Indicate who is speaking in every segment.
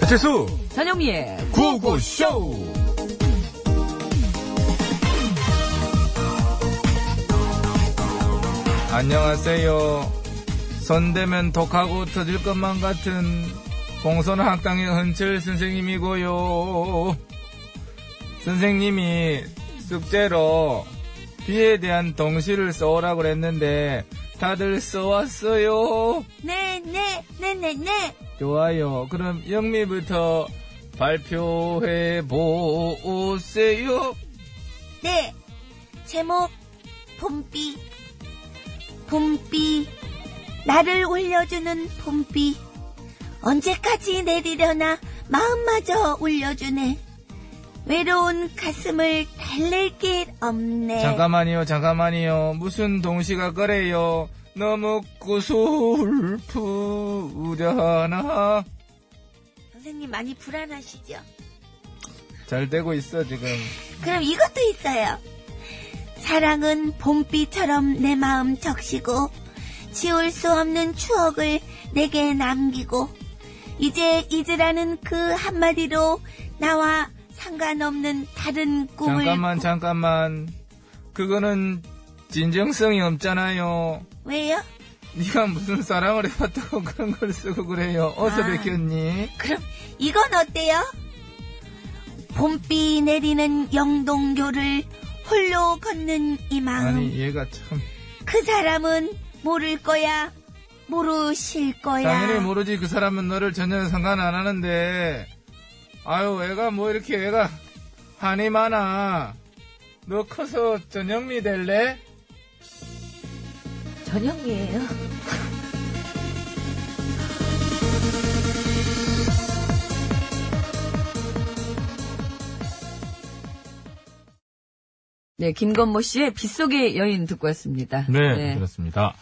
Speaker 1: 배칠수
Speaker 2: 전영미의
Speaker 1: 구호구쇼 안녕하세요 선대면 독하고 터질 것만 같은 공선 학당의 흔칠 선생님이고요 선생님이 숙제로 비에 대한 동시를 써오라고 그랬는데 다들 써왔어요
Speaker 3: 네, 네, 네, 네, 네.
Speaker 1: 좋아요. 그럼 영미부터 발표해 보세요.
Speaker 3: 네. 제목, 봄비. 봄비. 나를 울려주는 봄비. 언제까지 내리려나 마음마저 울려주네. 외로운 가슴을 달랠 길 없네.
Speaker 1: 잠깐만요, 잠깐만요. 무슨 동시가 그래요? 너무 구슬프려나?
Speaker 3: 선생님 많이 불안하시죠?
Speaker 1: 잘 되고 있어, 지금.
Speaker 3: 그럼 이것도 있어요. 사랑은 봄비처럼 내 마음 적시고 지울 수 없는 추억을 내게 남기고 이제 잊으라는 그 한마디로 나와 상관없는 다른 꿈을
Speaker 1: 잠깐만,
Speaker 3: 꾸-
Speaker 1: 잠깐만. 그거는 진정성이 없잖아요.
Speaker 3: 왜요?
Speaker 1: 네가 무슨 사랑을 해봤다고 그런 걸 쓰고 그래요. 어서
Speaker 3: 아.
Speaker 1: 뵙겠니?
Speaker 3: 그럼 이건 어때요? 봄비 내리는 영동교를 홀로 걷는 이 마음
Speaker 1: 아니, 얘가 참.
Speaker 3: 그 사람은 모를 거야 모르실 거야
Speaker 1: 당연히 모르지 그 사람은 너를 전혀 상관 안 하는데 아유 애가 뭐 이렇게 애가 한이 많아 너 커서 전영미 될래?
Speaker 3: 전형이에요.
Speaker 4: 네, 김건모 씨의 빗속의 여인 듣고 왔습니다.
Speaker 5: 네, 그렇습니다.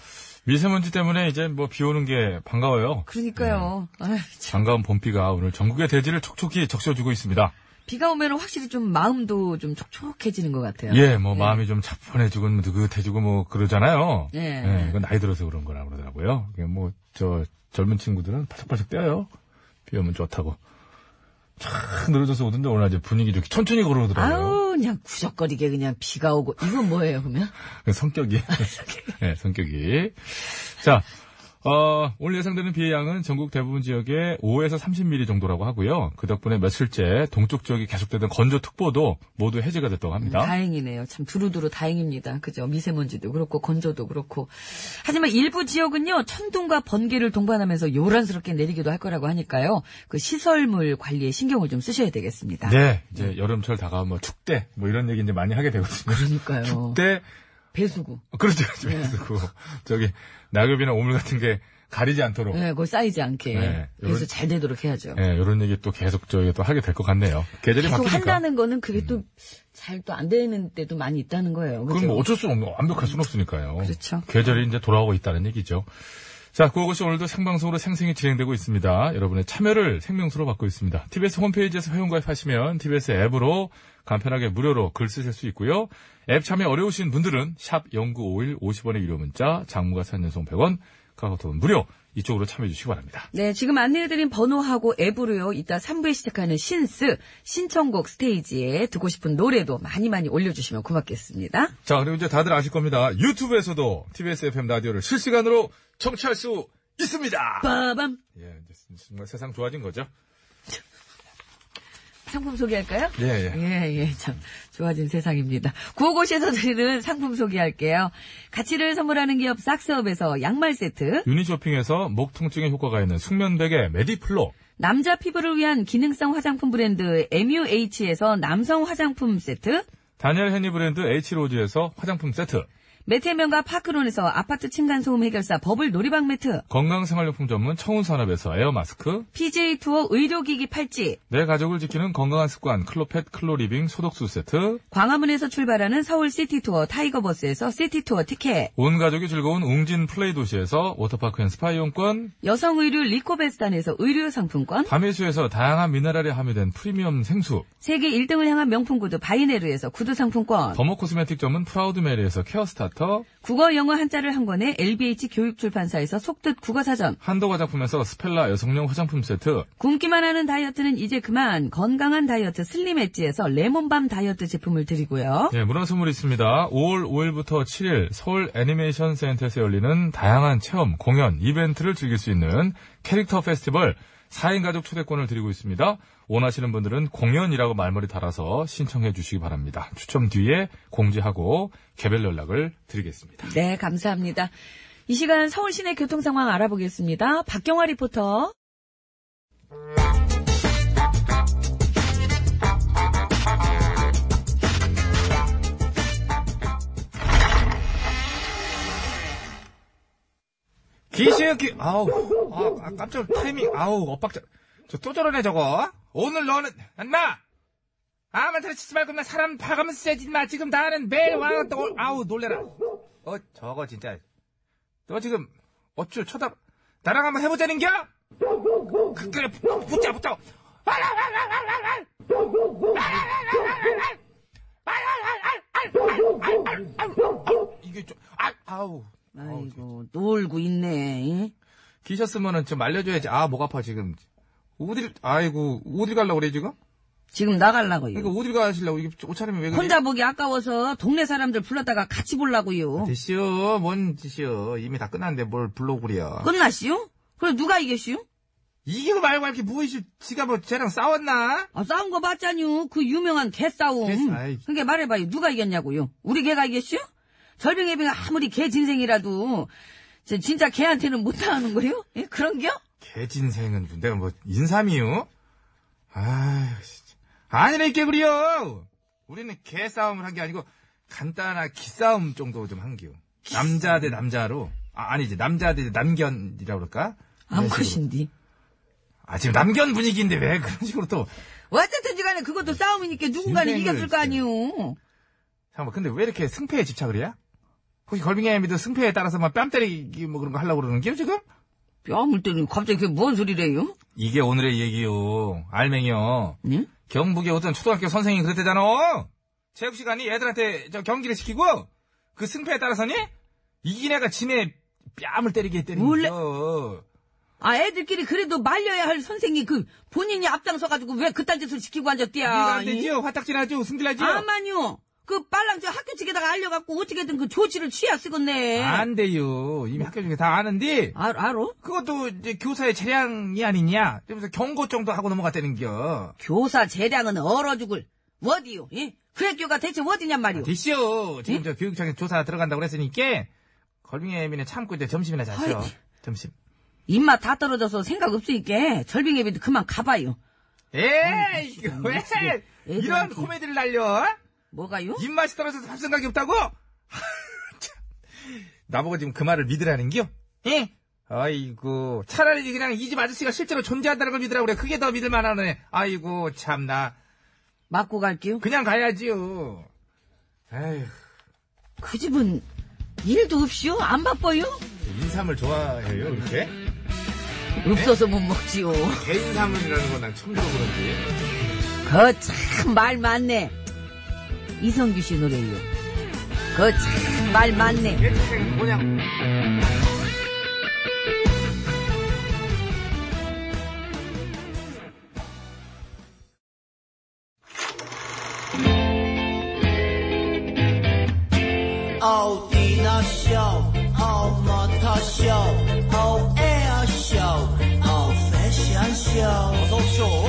Speaker 5: 미세먼지 때문에 이제 뭐 비 오는 게 반가워요. 네.
Speaker 4: 그러니까요. 아휴, 참.
Speaker 5: 반가운 봄비가 오늘 전국의 대지를 촉촉히 적셔주고 있습니다.
Speaker 4: 비가 오면 확실히 좀 마음도 좀 촉촉해지는 것 같아요.
Speaker 5: 예, 뭐
Speaker 4: 네.
Speaker 5: 마음이 좀 차분해지고 느긋해지고 뭐 그러잖아요.
Speaker 4: 예.
Speaker 5: 이건 나이 들어서 그런 거라 그러더라고요. 이게 뭐저 젊은 친구들은 팔짝팔짝 뛰어요. 비 오면 좋다고. 촥 늘어져서 오던데 오늘 아주 분위기 좋게 천천히 걸어오더라고요.
Speaker 4: 아우, 그냥 구적거리게 그냥 비가 오고. 이건 뭐예요, 그러면?
Speaker 5: 성격이. 네, 성격이. 자, 어, 오늘 예상되는 비의 양은 전국 대부분 지역에 5에서 30mm 정도라고 하고요. 그 덕분에 며칠째 동쪽 지역이 계속되던 건조특보도 모두 해제가 됐다고 합니다.
Speaker 4: 음, 다행이네요. 참 두루두루 다행입니다. 그죠? 미세먼지도 그렇고 건조도 그렇고. 하지만 일부 지역은요. 천둥과 번개를 동반하면서 요란스럽게 내리기도 할 거라고 하니까요. 그 시설물 관리에 신경을 좀 쓰셔야 되겠습니다.
Speaker 5: 네, 이제 여름철 다가오면 뭐 축대, 뭐 이런 얘기 이제 많이 하게 되거든요.
Speaker 4: 그렇죠. 그러니까요.
Speaker 5: 축대,
Speaker 4: 배수구.
Speaker 5: 그렇죠.
Speaker 4: 네.
Speaker 5: 그래고 저기, 낙엽이나 오물 같은 게 가리지 않도록.
Speaker 4: 네, 그걸 쌓이지 않게.
Speaker 5: 네,
Speaker 4: 그래서
Speaker 5: 요런-
Speaker 4: 잘 되도록 해야죠.
Speaker 5: 예, 이런 얘기 또 계속 저희가 또 하게 될 것 같네요. 계절이
Speaker 4: 계속
Speaker 5: 바뀌니까. 음.
Speaker 4: 한다는 거는 그게 또 잘 또 안 되는 때도 많이 있다는 거예요. 그죠?
Speaker 5: 그건 뭐 어쩔 수 없는, 완벽할 수는 없으니까요.
Speaker 4: 그렇죠.
Speaker 5: 계절이 이제 돌아오고 있다는 얘기죠. 자, 구호고시 오늘도 생방송으로 생생히 진행되고 있습니다. 여러분의 참여를 생명수로 받고 있습니다. TBS 홈페이지에서 회원가입하시면 TBS 앱으로 간편하게 무료로 글 쓰실 수 있고요. 앱 참여 어려우신 분들은 샵 0951 50원의 유료 문자, 장무가 3년송 100원,
Speaker 6: 카카오톡은 무료 이쪽으로 참여해 주시기 바랍니다.
Speaker 4: 네, 지금 안내해드린 번호하고 앱으로요, 이따 3부에 시작하는 신스, 신청곡 스테이지에 듣고 싶은 노래도 많이 많이 올려주시면 고맙겠습니다.
Speaker 6: 자 그리고 이제 다들 아실 겁니다. 유튜브에서도 TBS FM 라디오를 실시간으로 청취할 수 있습니다.
Speaker 4: 빠밤!
Speaker 6: 예, 이제 정말 세상 좋아진 거죠?
Speaker 4: 상품 소개할까요?
Speaker 6: 예,
Speaker 5: 네.
Speaker 6: 예.
Speaker 4: 예, 예, 참, 좋아진 세상입니다. 구호고시에서 드리는 상품 소개할게요. 가치를 선물하는 기업 싹스업에서 양말 세트,
Speaker 6: 유니쇼핑에서 목 통증에 효과가 있는 숙면베개 메디플로
Speaker 4: 남자 피부를 위한 기능성 화장품 브랜드 MUH에서 남성 화장품 세트,
Speaker 6: 다니엘 헤니 브랜드 H로즈에서 화장품 세트
Speaker 4: 매트면과 파크론에서 아파트 층간소음 해결사 버블 놀이방 매트,
Speaker 6: 건강생활용품 전문 청운산업에서 에어마스크
Speaker 4: PJ 투어 의료기기 팔찌,
Speaker 6: 내 가족을 지키는 건강한 습관 클로펫 클로리빙 소독수 세트
Speaker 4: 광화문에서 출발하는 서울 시티 투어 타이거버스에서 시티 투어 티켓,
Speaker 6: 온 가족이 즐거운 웅진 플레이 도시에서 워터파크 앤 스파 이용권
Speaker 4: 여성 의류 리코베스탄에서 의류 상품권,
Speaker 6: 다미수에서 다양한 미네랄이 함유된 프리미엄 생수
Speaker 4: 세계 1등을 향한 명품 구두 바이네르에서 구두 상품권,
Speaker 6: 더모 코스메틱 전문 프라우드메리에서 케어 스타터
Speaker 4: 국어 영어 한자를 한 권에 LBH 교육출판사에서 속뜻 국어사전,
Speaker 6: 한도 화장품에서 스펠라 여성용 화장품 세트
Speaker 4: 굶기만 하는 다이어트는 이제 그만 건강한 다이어트 슬림 엣지에서 레몬밤 다이어트 제품을 드리고요.
Speaker 6: 네, 문화 선물이 있습니다. 5월 5일부터 7일 서울 애니메이션 센터에서 열리는 다양한 체험, 공연, 이벤트를 즐길 수 있는 캐릭터 페스티벌 4인 가족 초대권을 드리고 있습니다. 원하시는 분들은 공연이라고 말머리 달아서 신청해 주시기 바랍니다. 추첨 뒤에 공지하고 개별 연락을 드리겠습니다.
Speaker 4: 네, 감사합니다. 이 시간 서울 시내 교통 상황 알아보겠습니다. 박경화 리포터.
Speaker 5: 기시유키 아우 아, 아, 깜짝 타이밍 아우 엇박자 저 또 저러네 저거 오늘 너는 안마 아무 데나 치지 말고 나 사람 파가면서 쐬지 마 지금 나는 매일 와또 올- 아우 놀래라 어 저거 진짜 너 지금 어쭈 쳐다 나랑 한번 해보자는겨 그, 그래 붙- 붙자 붙자 이게 좀 아, 아우
Speaker 4: 아이고 놀고 있네.
Speaker 5: 기셨으면은 좀 알려줘야지. 아, 목 아파, 지금. 어딜, 아이고, 어딜 가려고 그래, 지금?
Speaker 4: 지금 나가려고요.
Speaker 5: 그러니까 어딜 가시려고, 이게 옷차림이 왜 그래?
Speaker 4: 음. 혼자 보기 아까워서 동네 사람들 불러다가 같이
Speaker 5: 아,
Speaker 4: 보려고요.
Speaker 5: 네. 됐시오, 뭔 짓이오. 이미 다 끝났는데 뭘 불러고 그래.
Speaker 4: 끝났슈? 그럼 누가 이겼슈?
Speaker 5: 이게 말고 이렇게 뭐이슈, 지가 뭐 쟤랑 싸웠나?
Speaker 4: 아, 싸운 거 봤잖요. 그 유명한 개싸움.
Speaker 5: 개싸- 아이.
Speaker 4: 그게 말해봐요. 누가 이겼냐고요. 우리 개가 이겼슈? 절빙예비가 아무리 개 진생이라도 저 진짜 개한테는 못당하는 거요? 예? 그런겨?
Speaker 5: 개진생은 뭐, 내가 뭐, 인삼이요? 아 진짜. 아니라니까 그래요! 우리는 개싸움을 한 게 아니고, 간단한 기싸움 정도 좀 한겨. 남자 대 남자로. 아, 아니지. 남자 대 남견이라고 그럴까?
Speaker 4: 암컷인디
Speaker 5: 아, 지금 남견 분위기인데 왜 그런 식으로 또.
Speaker 4: 어쨌든지 간에 그것도 싸움이니까 누군가는
Speaker 5: 진생을
Speaker 4: 이겼을 거 아니요.
Speaker 5: 잠깐만, 근데 왜 이렇게 승패에 집착을 해야? 혹시 걸빙애미도 승패에 따라서 막 뺨 때리기 뭐 그런 거 하려고 그러는 게요, 지금?
Speaker 4: 뺨을 때리는 갑자기 그게 뭔 소리래요?
Speaker 5: 이게 오늘의 얘기요. 알맹이요.
Speaker 4: 응?
Speaker 5: 경북의 어떤 초등학교 선생님이 그랬대잖아. 체육 시간이 애들한테 저 경기를 시키고, 그 승패에 따라서니? 이긴 애가 지네 뺨을 때리게 때리는
Speaker 4: 몰래-
Speaker 5: 거죠.
Speaker 4: 아 애들끼리 그래도 말려야 할 선생이 그 본인이 앞장서가지고 왜 그딴 짓을 시키고
Speaker 5: 이해가
Speaker 4: 앉았대야.
Speaker 5: 안 되죠? 화딱지나죠? 승질나죠?
Speaker 4: 아, 예. 아만요. 그 빨랑 저 학교 측에다가 알려갖고 어떻게든 그 조치를 취해야 쓰겠네.
Speaker 5: 안 돼요. 이미 학교 중에 다 아는데,
Speaker 4: 알, 알어?
Speaker 5: 그것도 이제 교사의 재량이 아니냐? 이러면서 경고 정도 하고 넘어갔다는 겨.
Speaker 4: 교사 재량은 얼어 죽을. 어디요? 예? 그 학교가 대체 어디냔 말이오.
Speaker 5: 됐쇼. 지금 저 교육청에 조사 들어간다고 그랬으니까 걸빙의 민는 참고 이제 점심이나 자시오.
Speaker 4: 아이.
Speaker 5: 점심.
Speaker 4: 입맛 다 떨어져서 생각 없으니까 절빙예비도 그만 가봐요.
Speaker 5: 에이, 이거 왜
Speaker 4: 미치겠-
Speaker 5: 이런
Speaker 4: 애들한테.
Speaker 5: 코미디를 날려? 어?
Speaker 4: 뭐가요?
Speaker 5: 입맛이 떨어져서 밥 생각이 없다고? 참. 나보고 지금 그 말을 믿으라는겨? 예? 아이고, 차라리 그냥 이 집 아저씨가 실제로 존재한다는 걸 믿으라고 그래. 그게 더 믿을 만하네. 아이고, 참나.
Speaker 4: 맞고 갈게요. 그,
Speaker 5: 그냥 가야지요. 에휴,
Speaker 4: 그 집은 일도 없이요? 안 바빠요?
Speaker 5: 인삼을 좋아해요, 이렇게? 네?
Speaker 4: 없어서 못 먹지요.
Speaker 5: 개인삼이라는 건 난 처음 들어보는데.
Speaker 4: 그 참 말 많네. 이성규 씨 노래요. 그 참 말 많네.
Speaker 5: 내 동생 뭐냐?
Speaker 7: 哦，迪娜秀，哦，模特秀，哦，air show，哦，fashion show。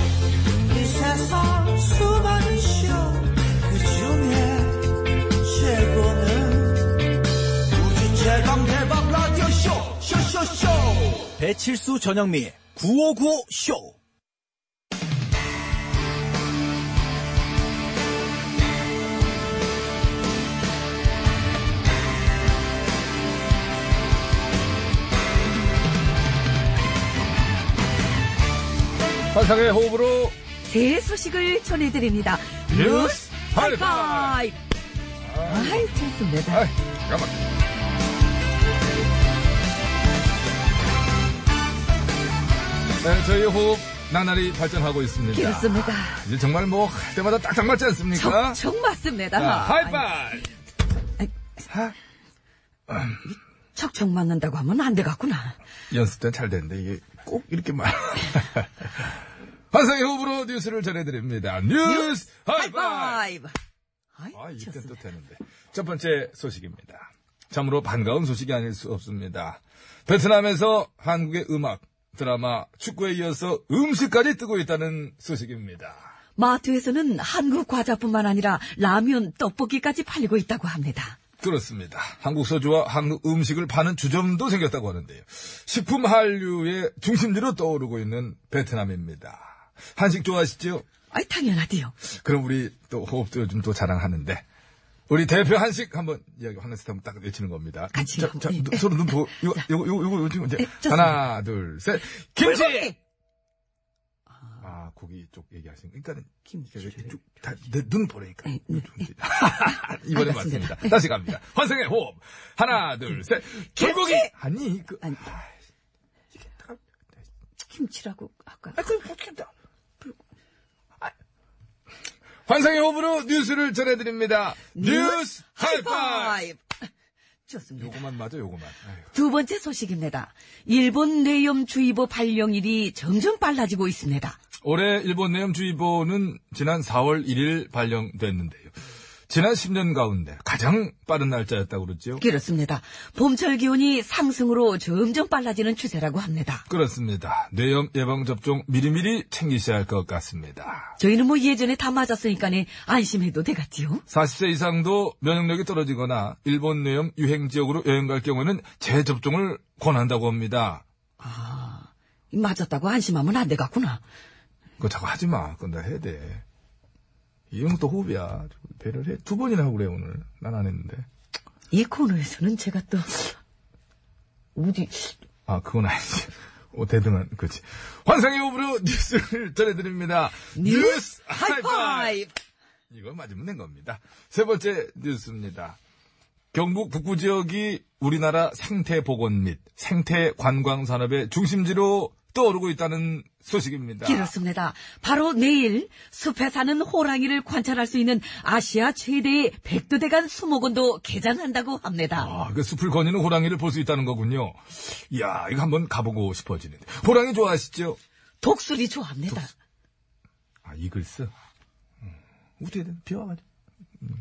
Speaker 7: 이 세상 수많은 쇼그 중에 최고는 우주 최강 대박 라디오 쇼 쇼쇼쇼 배칠수 전영미 9595 쇼.
Speaker 5: 환상의 호흡으로
Speaker 4: 새 소식을 전해드립니다.
Speaker 5: 뉴스
Speaker 4: 하이파이브! 아이, 좋습니다.
Speaker 5: 아이, 잠깐만. 네, 저희 호흡 나날이 발전하고 있습니다.
Speaker 4: 그렇습니다.
Speaker 5: 이제 정말 뭐 할 때마다 딱딱 맞지 않습니까?
Speaker 4: 척척 맞습니다.
Speaker 5: 자, 하이파이!
Speaker 4: 척척 맞는다고 하면 안 되겠구나.
Speaker 5: 연습 때는 잘 되는데 이게 꼭 이렇게 말. 환상의 호흡으로 뉴스를 전해드립니다. 뉴스 하이파이!
Speaker 4: 하이파이브! 아이,
Speaker 5: 아, 이땐 또
Speaker 4: 좋습니다.
Speaker 5: 되는데. 첫 번째 소식입니다. 참으로 반가운 소식이 아닐 수 없습니다. 베트남에서 한국의 음악, 드라마, 축구에 이어서 음식까지 뜨고 있다는 소식입니다.
Speaker 4: 마트에서는 한국 과자뿐만 아니라 라면, 떡볶이까지 팔리고 있다고 합니다.
Speaker 5: 그렇습니다. 한국 소주와 한국 음식을 파는 주점도 생겼다고 하는데요. 식품 한류의 중심지로 떠오르고 있는 베트남입니다. 한식 좋아하시죠?
Speaker 4: 아이, 당연하디요.
Speaker 5: 그럼 우리 또 호흡도 요즘 또 자랑하는데 우리 대표 한식 한번 이야기 하나씩 한번 딱 외치는 겁니다.
Speaker 4: 같이
Speaker 5: 자,
Speaker 4: 한번,
Speaker 5: 자,
Speaker 4: 예.
Speaker 5: 눈, 서로 눈 보고 이거
Speaker 4: 자.
Speaker 5: 이거 이거 이거 지금 이제
Speaker 4: 예, 좋습니다.
Speaker 5: 하나 둘 셋 김치
Speaker 4: 불고기!
Speaker 5: 아 고기 쪽 얘기하시는 그러니까는
Speaker 4: 김치를
Speaker 5: 쭉다눈 보라니까
Speaker 4: 예, 예,
Speaker 5: 이번에
Speaker 4: 알겠습니다.
Speaker 5: 맞습니다. 다시 갑니다. 환생의 호흡 하나 둘 셋 불고기 아니 그
Speaker 4: 아니.
Speaker 5: 아,
Speaker 4: 김치라고 아까.
Speaker 5: 아, 그럼 어떻게 다 아. 환상의 호흡으로 뉴스를 전해드립니다. 뉴스 하이파이!
Speaker 4: 좋습니다.
Speaker 5: 요거만 맞아, 요거만. 아유.
Speaker 4: 두 번째 소식입니다. 일본 뇌염주의보 발령일이 점점 빨라지고 있습니다.
Speaker 5: 올해 일본 내염주의보는 지난 4월 1일 발령됐는데요. 지난 10년 가운데 가장 빠른 날짜였다고 그러죠.
Speaker 4: 그렇습니다. 봄철 기온이 상승으로 점점 빨라지는 추세라고 합니다.
Speaker 5: 그렇습니다. 뇌염 예방 접종 미리미리 챙기셔야 할 것 같습니다.
Speaker 4: 저희는 뭐 예전에 다 맞았으니까는 안심해도 되겠지요?
Speaker 5: 40세 이상도 면역력이 떨어지거나 일본 뇌염 유행 지역으로 여행 갈 경우에는 재접종을 권한다고 합니다.
Speaker 4: 맞았다고 안심하면 안 되겠구나.
Speaker 5: 그거 자꾸 하지 마. 그건 나 해야 돼. 이런 것도 호흡이야. 배려를 해. 두 번이나 하고 그래, 오늘. 난 안 했는데.
Speaker 4: 이 코너에서는 제가 또 어디
Speaker 5: 아, 그건 아니지. 오, 대등한, 그렇지. 환상의 호흡으로 뉴스를 전해드립니다. 뉴스 하이파이!
Speaker 4: 하이파이브!
Speaker 5: 이걸 맞으면 된 겁니다. 세 번째 뉴스입니다. 경북 북부 지역이 우리나라 생태 복원 및 생태 관광 산업의 중심지로 떠오르고 있다는 소식입니다.
Speaker 4: 그렇습니다. 바로 내일 숲에 사는 호랑이를 관찰할 수 있는 아시아 최대의 백두대간 수목원도 개장한다고 합니다.
Speaker 5: 아, 그 숲을 거니는 호랑이를 볼 수 있다는 거군요. 이야, 이거 한번 가보고 싶어지는데. 호랑이 좋아하시죠?
Speaker 4: 독수리 좋아합니다.
Speaker 5: 아, 이글스? 음, 어떻게 돼? 비 와가지고.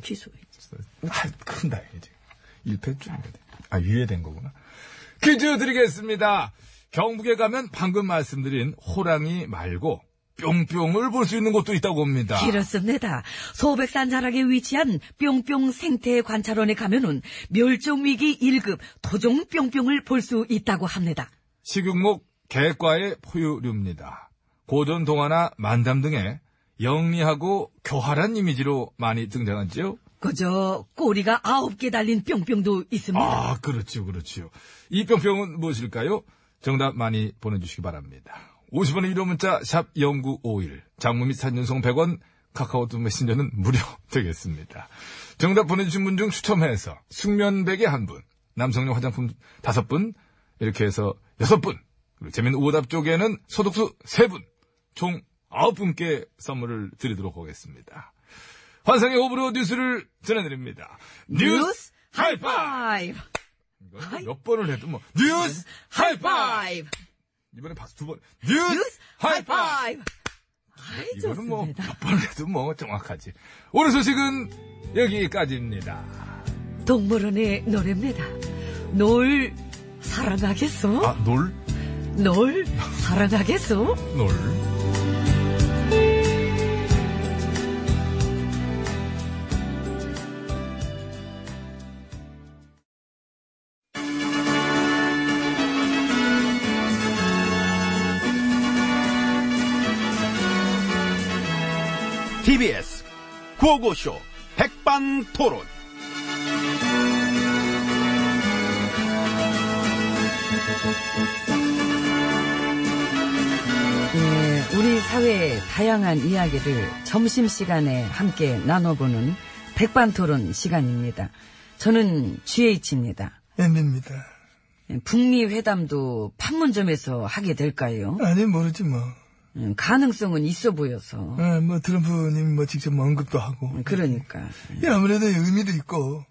Speaker 4: 취소해.
Speaker 5: 아, 큰다, 이제. 1패 줄인데. 아, 유예된 거구나. 퀴즈 드리겠습니다. 경북에 가면 방금 말씀드린 호랑이 말고 뿅뿅을 볼 수 있는 곳도 있다고 합니다.
Speaker 4: 그렇습니다. 소백산 자락에 위치한 뿅뿅 생태 관찰원에 가면은 멸종위기 1급 토종 뿅뿅을 볼 수 있다고 합니다.
Speaker 5: 식육목 개과의 포유류입니다. 고전 동화나 만담 등에 영리하고 교활한 이미지로 많이 등장하지요.
Speaker 4: 그저 꼬리가 아홉 개 달린 뿅뿅도 있습니다.
Speaker 5: 아, 그렇지요, 그렇지요. 이 뿅뿅은 무엇일까요? 정답 많이 보내주시기 바랍니다. 50원의 유료 문자, 샵 0951. 장무 및 산연송 100원, 카카오톡 메신저는 무료 되겠습니다. 정답 보내주신 분 중 추첨해서 숙면백에 한 분, 남성용 화장품 다섯 분, 이렇게 해서 여섯 분, 그리고 재밌는 오답 쪽에는 소독수 세 분, 총 아홉 분께 선물을 드리도록 하겠습니다. 환상의 호불호 뉴스를 전해드립니다. 뉴스 하이파이! 이거 몇 번을 해도 뭐 뉴스 하이파이
Speaker 4: 하이파이브!
Speaker 5: 이번에 박수 두 번 뉴스,
Speaker 4: 뉴스
Speaker 5: 하이파이
Speaker 4: 하이파이브! 아이,
Speaker 5: 이거는 뭐 몇
Speaker 4: 좋습니다.
Speaker 5: 번을 해도 뭐 정확하지 오늘 소식은 여기까지입니다.
Speaker 4: 동물원의 노래입니다. 널 사랑하겠어?
Speaker 8: 아, 놀?
Speaker 4: 널 사랑하겠어?
Speaker 8: 놀.
Speaker 9: TBS 구호고쇼 백반토론.
Speaker 4: 예, 우리 사회의 다양한 이야기를 점심시간에 함께 나눠보는 백반토론 시간입니다. 저는 GH입니다. 예,
Speaker 5: M입니다.
Speaker 4: 북미 회담도 판문점에서 하게 될까요?
Speaker 5: 아니, 모르지 뭐.
Speaker 4: 음, 가능성은 있어 보여서.
Speaker 5: 아, 뭐 트럼프님 뭐 직접 뭐 언급도 하고.
Speaker 4: 그러니까.
Speaker 5: 예, 아무래도 의미도 있고.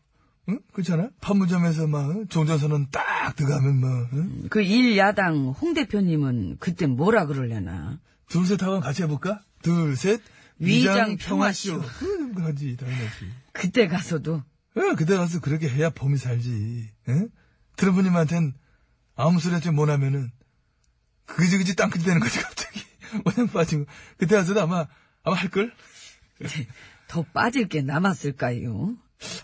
Speaker 5: 응? 그렇잖아? 판문점에서 막 어? 종전선언 딱 들어가면 뭐 응?
Speaker 4: 그 일 야당 홍 대표님은 그때 뭐라 그러려나.
Speaker 5: 둘셋 하고 같이 해볼까? 둘, 셋.
Speaker 4: 위장 평화쇼.
Speaker 5: 응, 그러지, 당연하지.
Speaker 4: 그때 가서도
Speaker 5: 어, 그대 가서 그렇게 해야 봄이 살지. 응? 트럼프님한텐 아무 소리 좀 못하면은 그지그지 땅끝 되는 거지 갑자기 모양 빠지고 그때 가서도 아마 아마 할걸?
Speaker 4: 더 빠질 게 남았을까요?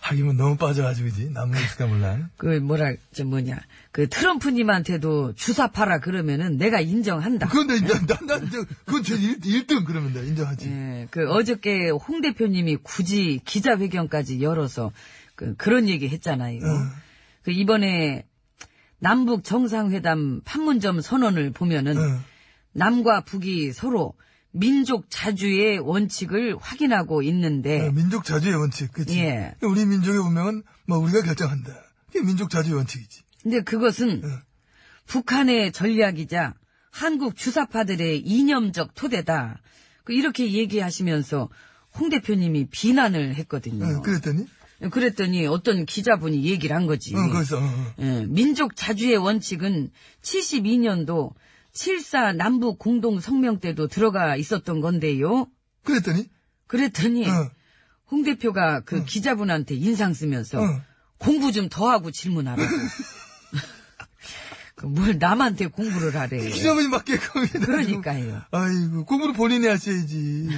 Speaker 5: 하긴 뭐 너무 빠져가지고 그지 남는 있을까 몰라.
Speaker 4: 그 뭐라 저 뭐냐 그 트럼프님한테도 주사 팔아 그러면은 내가 인정한다.
Speaker 5: 그건 나난난 그건 제 1, 등 그러면 나 인정하지.
Speaker 4: 예, 그 어저께 홍 대표님이 굳이 기자회견까지 열어서 그, 런 얘기 했잖아요.
Speaker 5: 네.
Speaker 4: 그 이번에 남북 정상회담 판문점 선언을 보면은
Speaker 5: 응.
Speaker 4: 남과 북이 서로 민족 자주의 원칙을 확인하고 있는데
Speaker 5: 어, 민족 자주의 원칙, 그치?
Speaker 4: 예.
Speaker 5: 우리 민족의 운명은 뭐 우리가 결정한다. 그게 민족 자주의 원칙이지. 네.
Speaker 4: 근데 그것은 북한의 전략이자 한국 주사파들의 이념적 토대다. 그 이렇게 얘기하시면서 홍 대표님이 비난을 했거든요.
Speaker 5: 어, 그랬더니,
Speaker 4: 랬더니 어떤 기자분이 얘기를 한 거지.
Speaker 5: 어, 거기서, 어, 어.
Speaker 4: 예, 민족 자주의 원칙은 72년도 7.4 남북 공동 성명 때도 들어가 있었던 건데요.
Speaker 5: 그랬더니,
Speaker 4: 그랬더니
Speaker 5: 어.
Speaker 4: 홍 대표가 그 기자분한테 인상 쓰면서
Speaker 5: 어.
Speaker 4: 공부 좀 더 하고 질문하라고. 그뭘 남한테 공부를 하래.
Speaker 5: 그 기자분이 맞게 거기다.
Speaker 4: 그러니까요.
Speaker 5: 아이고, 공부를 본인이 하셔야지.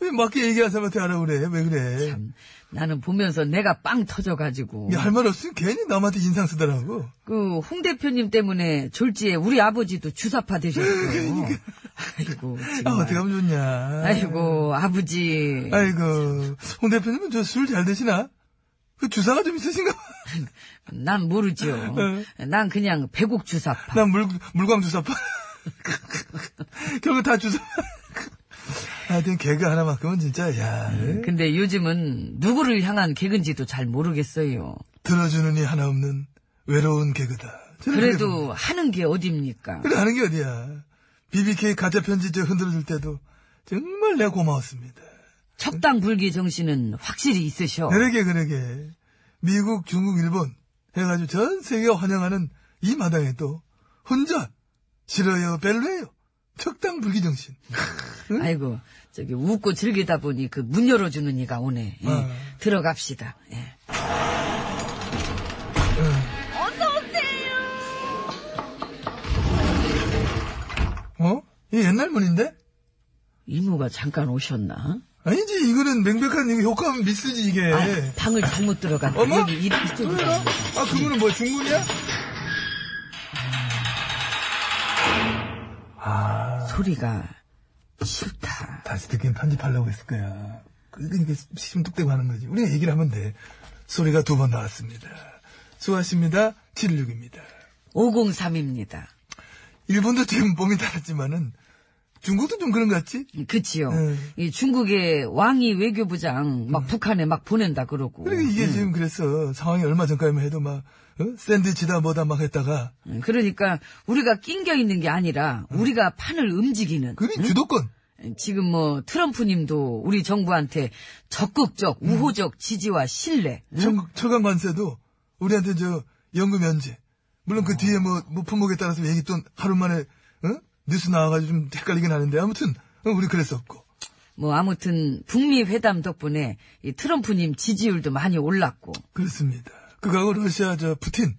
Speaker 5: 왜 맞게 얘기한 사람한테 하라 그래? 왜 그래?
Speaker 4: 참, 나는 보면서 내가 빵 터져가지고.
Speaker 5: 할 말 없으면 괜히 남한테 인상 쓰더라고.
Speaker 4: 그 홍 대표님 때문에 졸지에 우리 아버지도 주사파 되셨어요. 아이고
Speaker 5: 그러니까. 아,
Speaker 4: 정말.
Speaker 5: 어떻게 하면 좋냐.
Speaker 4: 아이고 아버지.
Speaker 5: 아이고. 그, 홍 대표님은 저 술 잘 드시나? 그 주사가 좀 있으신가 봐.
Speaker 4: 난 모르죠. 난 그냥 배국 주사파.
Speaker 5: 난 물, 물광 주사파. 결국 다 주사. 하여튼 개그 하나만큼은 진짜, 야,
Speaker 4: 근데 요즘은 누구를 향한 개근지도 잘 모르겠어요.
Speaker 5: 들어주는 이 하나 없는 외로운 개그다. 저는 그렇게 봅니다.
Speaker 4: 그래도 하는 게 어딥니까?
Speaker 5: 그래, 하는 게 어디야. BBK 가짜 편지 저 흔들어줄 때도 정말 내가 고마웠습니다.
Speaker 4: 적당 불기 정신은 확실히 있으셔.
Speaker 5: 그러게, 그러게. 미국, 중국, 일본 해가지고 전 세계가 환영하는 이 마당에 또 혼자 싫어요, 별로예요. 적당 불기정신.
Speaker 4: 아이고, 저기 웃고 즐기다 보니 그 문 열어주는 이가 오네. 예,
Speaker 5: 어.
Speaker 4: 들어갑시다. 예.
Speaker 5: 어? 이 옛날 문인데?
Speaker 4: 이모가 잠깐 오셨나?
Speaker 5: 아니지, 이거는 맹백한 이거 효과 미스지, 이게.
Speaker 4: 아, 방을 잘못 들어갔다.
Speaker 5: 네. 어머?
Speaker 4: 여기 이, 쪽으로
Speaker 5: 뭐야? 아, 그분은 뭐야, 중문이야?
Speaker 4: 소리가 싫다.
Speaker 5: 다시 듣긴 편집하려고 했을 거야. 그러니까 심뚝대고 하는 거지. 우리가 얘기를 하면 돼. 소리가 두 번 나왔습니다. 수고하십니다. 76입니다.
Speaker 4: 503입니다.
Speaker 5: 일본도 지금 몸이 달았지만은 중국도 좀 그런 것 같지?
Speaker 4: 그치요.
Speaker 5: 음.
Speaker 4: 이 중국의 왕이 외교부장 막 북한에 막 보낸다 그러고.
Speaker 5: 그러니까 이게 지금 그래서 상황이 얼마 전까지만 해도 막 어? 샌드위치다 뭐다 막 했다가
Speaker 4: 음, 그러니까 우리가 낑겨 있는 게 아니라
Speaker 5: 음.
Speaker 4: 우리가 판을 움직이는.
Speaker 5: 그게 주도권.
Speaker 4: 지금 뭐 트럼프님도 우리 정부한테 적극적
Speaker 10: 음.
Speaker 4: 우호적 지지와 신뢰. 응?
Speaker 5: 청- 철강 관세도 우리한테 저 연금 연재. 물론 그 뒤에 뭐, 뭐 품목에 따라서 얘기 또 하루 만에 어? 뉴스 나와가지고 좀 헷갈리긴 하는데 아무튼 어, 우리 그랬었고.
Speaker 4: 뭐 아무튼 북미 회담 덕분에 이 트럼프님 지지율도 많이 올랐고
Speaker 5: 그렇습니다.
Speaker 10: 그거하고 러시아 저 푸틴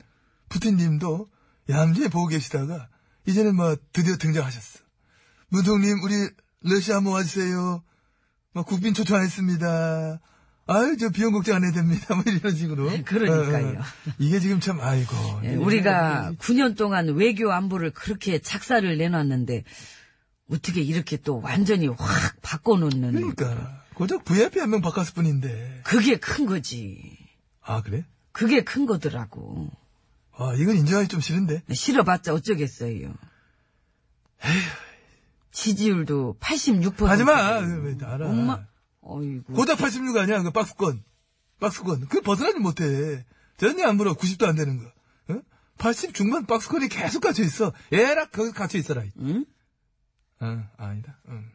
Speaker 10: 푸틴님도 얌전히 보고 계시다가 이제는 뭐 드디어 등장하셨어. 문통님 우리 러시아 한번 와주세요. 뭐 국빈 초청하겠습니다. 아유 저 비용 걱정 안 해도 됩니다. 뭐 이런 식으로.
Speaker 4: 네, 그러니까요.
Speaker 10: 어, 어. 이게 지금 참 아이고.
Speaker 4: 예,
Speaker 10: 네.
Speaker 4: 우리가 9년 동안 외교 안보를 그렇게 작사를 내놨는데 어떻게 이렇게 또 완전히 확 바꿔놓는
Speaker 10: 그러니까 고작 VIP 한 명 바꿨을 뿐인데.
Speaker 4: 그게 큰 거지.
Speaker 10: 아 그래?
Speaker 4: 그게 큰 거더라고.
Speaker 10: 아 이건 인정하기 좀 싫은데.
Speaker 4: 싫어봤자 어쩌겠어요. 지지율도 86%.
Speaker 10: 하지마.
Speaker 5: 음.
Speaker 10: 왜 알아.
Speaker 4: 엄마. 어이구.
Speaker 10: 고작 86 아니야, 그 박스권. 박스권. 그 벗어나지 못해. 전혀 안 물어. 90도 안 되는 거. 80 중반 박스권이 계속 갇혀있어. 얘라, 거기 갇혀있어라.
Speaker 4: 응?
Speaker 10: 어, 아니다. 응.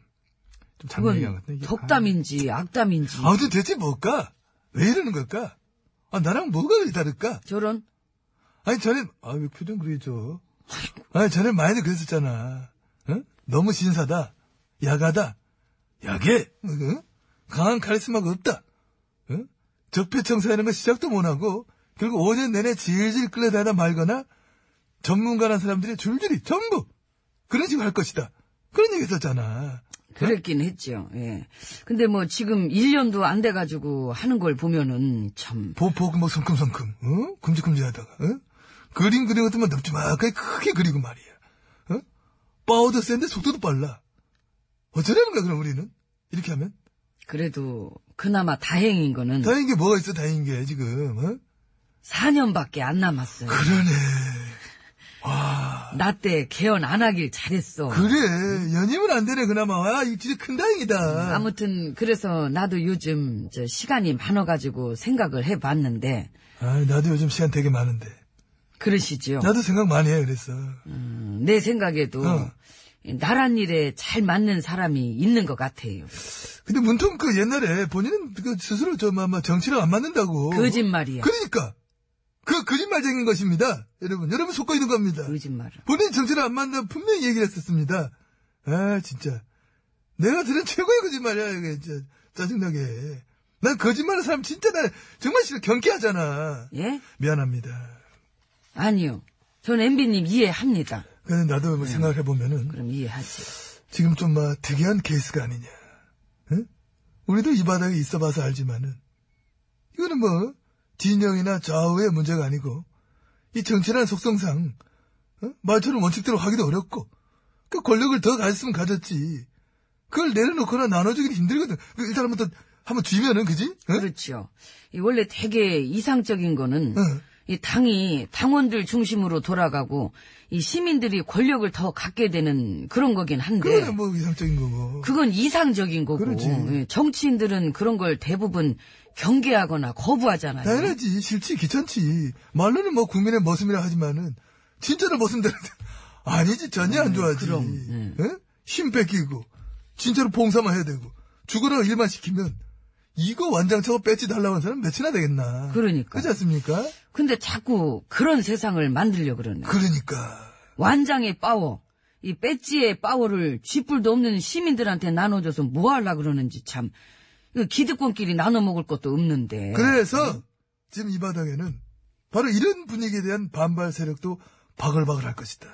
Speaker 10: 좀 장난 얘기
Speaker 4: 그건
Speaker 10: 같네. 이게.
Speaker 4: 덕담인지 악담인지.
Speaker 10: 아, 아무튼 대체 뭘까? 왜 이러는 걸까? 아, 나랑 뭐가 그리 다를까?
Speaker 4: 저런.
Speaker 10: 아니, 전에, 아, 왜 표정 그리죠? 아니, 전에 많이들 그랬었잖아. 응? 너무 신사다. 야가다. 야게. 응? 강한 카리스마가 없다. 응? 적폐청사라는 거 시작도 못하고, 결국 5년 내내 질질 끌려다니다 말거나, 전문가란 사람들이 줄줄이 전부! 그런 식으로 할 것이다. 그런 얘기 했었잖아.
Speaker 4: 그랬긴 했죠. 예. 근데 뭐 지금 1년도 안 돼가지고 하는 걸 보면은 참.
Speaker 10: 보폭 뭐 성큼성큼, 어? 큼직큼직하다가, 어? 그림 그리는 것도 막 납치막하게 크게 그리고 말이야. 어? 파워도 센데 속도도 빨라. 어쩌라는 거야, 그럼 우리는? 이렇게 하면?
Speaker 4: 그래도 그나마 다행인 거는
Speaker 10: 다행인 게 뭐가 있어, 다행인 게, 지금, 어?
Speaker 4: 4년밖에 안 남았어요.
Speaker 10: 그러네.
Speaker 4: 나 때 개헌 안 하길 잘했어.
Speaker 10: 그래. 연임은 안 되네, 그나마. 아, 이거 진짜 큰 다행이다.
Speaker 4: 아무튼 그래서 나도 요즘 저 시간이 많아가지고 생각을 해봤는데
Speaker 10: 아, 나도 요즘 시간 되게 많은데.
Speaker 4: 그러시죠.
Speaker 10: 나도 생각 많이 해, 그랬어.
Speaker 4: 음, 내 생각에도
Speaker 10: 어.
Speaker 4: 나란 일에 잘 맞는 사람이 있는 것 같아요.
Speaker 10: 어. 근데 문통 그 옛날에 본인은 그 스스로 저, 막, 막 정치랑 안 맞는다고.
Speaker 4: 거짓말이야.
Speaker 10: 그러니까 그 거짓말쟁인 것입니다. 여러분 여러분 속고 있는 겁니다.
Speaker 4: 거짓말.
Speaker 10: 본인 정치를 안 맞는다 분명히 얘기를 했었습니다. 아 진짜 내가 들은 최고의 거짓말이야 이게 진짜 짜증나게. 난 거짓말하는 사람 진짜 나 정말 싫어 경계하잖아.
Speaker 4: 예?
Speaker 10: 미안합니다.
Speaker 4: 아니요. 전 MB님 이해합니다.
Speaker 10: 근데 나도 뭐 생각해 보면은
Speaker 4: 그럼 이해하지.
Speaker 10: 지금 좀 막 특이한 케이스가 아니냐. 응? 우리도 이 바닥에 있어봐서 알지만은 이거는 뭐 진영이나 좌우의 문제가 아니고 이 정치라는 속성상 어? 말처럼 원칙대로 하기도 어렵고 그 권력을 더 가졌으면 가졌지 그걸 내려놓거나 나눠주기는 힘들거든. 그 일단 한번 더 한번 쥐면은 그지? 어? 응?
Speaker 4: 그렇죠. 이 원래 되게 이상적인 거는
Speaker 10: 응.
Speaker 4: 이 당이 당원들 중심으로 돌아가고 이 시민들이 권력을 더 갖게 되는 그런 거긴 한데
Speaker 10: 그거는 뭐 이상적인 거고.
Speaker 4: 그건 이상적인 거고
Speaker 10: 그렇지. 뭐.
Speaker 4: 예, 정치인들은 그런 걸 대부분 경계하거나 거부하잖아요.
Speaker 10: 당연하지. 싫지, 귀찮지. 말로는 뭐 국민의 머슴이라 하지만은, 진짜로 머슴들은 아니지, 전혀 안 좋아하지.
Speaker 4: 그럼, 음.
Speaker 10: 예? 힘 뺏기고, 진짜로 봉사만 해야 되고, 죽으라고 일만 시키면, 이거 완장차고 배지 달라고 하는 사람 몇이나 되겠나.
Speaker 4: 그러니까.
Speaker 10: 그렇지 않습니까?
Speaker 4: 근데 자꾸 그런 세상을 만들려 그러네.
Speaker 10: 그러니까.
Speaker 4: 완장의 파워, 이 배지의 파워를 쥐뿔도 없는 시민들한테 나눠줘서 뭐 하려 그러는지 참. 이거 기득권끼리 나눠 먹을 것도 없는데.
Speaker 10: 그래서, 지금 이 바닥에는, 바로 이런 분위기에 대한 반발 세력도 바글바글 할 것이다.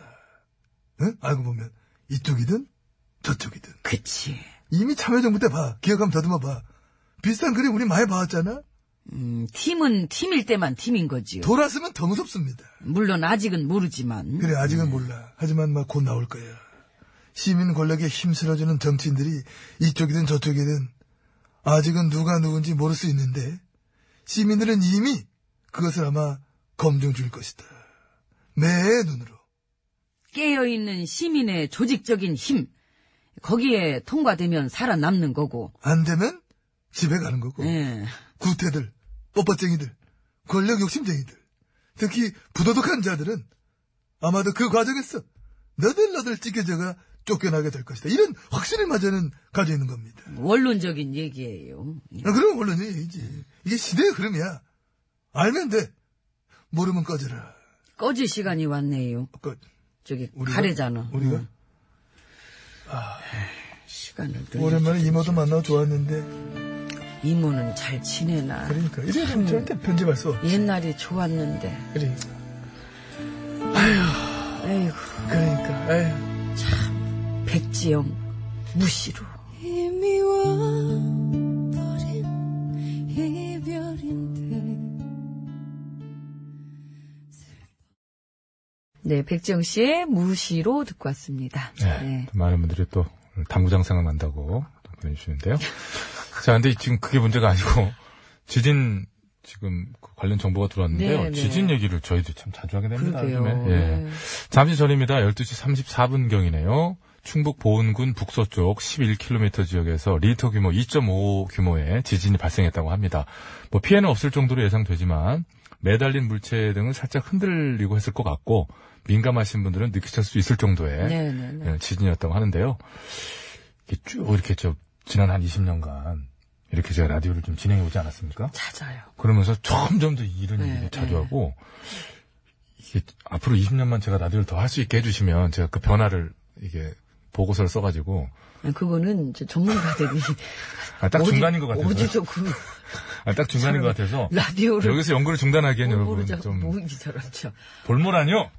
Speaker 10: 응? 알고 보면, 이쪽이든, 저쪽이든.
Speaker 4: 그치.
Speaker 10: 이미 참여정부 때 봐. 기억하면 더듬어 봐. 비슷한 그림 우리 많이 봐왔잖아?
Speaker 4: 음, 팀은 팀일 때만 팀인 거지요.
Speaker 10: 돌았으면 더 무섭습니다.
Speaker 4: 물론 아직은 모르지만.
Speaker 10: 그래, 아직은 몰라. 하지만 막 곧 나올 거야. 시민 권력에 힘실어주는 정치인들이 이쪽이든 저쪽이든 아직은 누가 누군지 모를 수 있는데 시민들은 이미 그것을 아마 검증 중일 것이다. 매 눈으로.
Speaker 4: 깨어있는 시민의 조직적인 힘. 거기에 통과되면 살아남는 거고.
Speaker 10: 안 되면 집에 가는 거고.
Speaker 4: 예.
Speaker 10: 구태들, 뻣뻣쟁이들, 권력 욕심쟁이들, 특히 부도덕한 자들은 아마도 그 과정에서 너덜너덜 찢겨져가 쫓겨나게 될 것이다. 이런 확신을 마저는 가져 있는 겁니다.
Speaker 4: 원론적인 얘기예요. 예.
Speaker 10: 아, 그럼 물론 얘기지. 이게 시대의 흐름이야. 알면 돼. 모르면 꺼져라.
Speaker 4: 꺼질 시간이 왔네요.
Speaker 10: 꺼,
Speaker 4: 저기
Speaker 10: 우리가?
Speaker 4: 가래잖아.
Speaker 10: 우리가?
Speaker 4: 응. 시간을
Speaker 10: 오랜만에 이모도 만나고 좋았는데
Speaker 4: 이모는 잘 지내나.
Speaker 10: 그러니까 이래서 절대 편집할 수 없지.
Speaker 4: 옛날이 좋았는데.
Speaker 10: 그러니까.
Speaker 4: 에이구,
Speaker 10: 그러니까. 아유.
Speaker 4: 백지영, 무시로.
Speaker 11: 이미 와버린 이별인데
Speaker 4: 네, 백지영 씨의 무시로 듣고 왔습니다.
Speaker 5: 네.
Speaker 4: 네.
Speaker 5: 많은 분들이 또 당구장 생각난다고 또 보내주시는데요. 자, 근데 지금 그게 문제가 아니고 지진 지금 그 관련 정보가 들어왔는데요.
Speaker 4: 네, 네.
Speaker 5: 지진 얘기를 저희도 참 자주 하게 됩니다.
Speaker 4: 그러게요.
Speaker 5: 요즘에. 예.
Speaker 4: 네.
Speaker 5: 잠시 전입니다. 12시 34분경이네요. 충북 보은군 북서쪽 11km 지역에서 리터 규모 2.5 규모의 지진이 발생했다고 합니다. 뭐 피해는 없을 정도로 예상되지만 매달린 물체 등은 살짝 흔들리고 했을 것 같고 민감하신 분들은 느끼실 수 있을 정도의
Speaker 4: 네, 네, 네.
Speaker 5: 예, 지진이었다고 하는데요. 이렇게 쭉 이렇게 저 지난 한 20년간 이렇게 제가 라디오를 좀 진행해 오지 않았습니까?
Speaker 4: 찾아요.
Speaker 5: 그러면서 점점 더 이런
Speaker 4: 네,
Speaker 5: 얘기를 자주
Speaker 4: 네.
Speaker 5: 하고 이게 앞으로 20년만 제가 라디오를 더 할 수 있게 해주시면 제가 그 변화를 이게 보고서를 써가지고
Speaker 4: 아, 그거는 이제 전문가들이
Speaker 5: 아, 딱
Speaker 4: 어디-
Speaker 5: 중간인 것 같아서
Speaker 4: 어디서 그
Speaker 5: 아, 딱 중간인 것 같아서
Speaker 4: 라디오를
Speaker 5: 여기서 연구를 중단하기엔 여러분
Speaker 4: 모르자
Speaker 5: 좀
Speaker 4: 뭐이 사람 참
Speaker 5: 볼모라뇨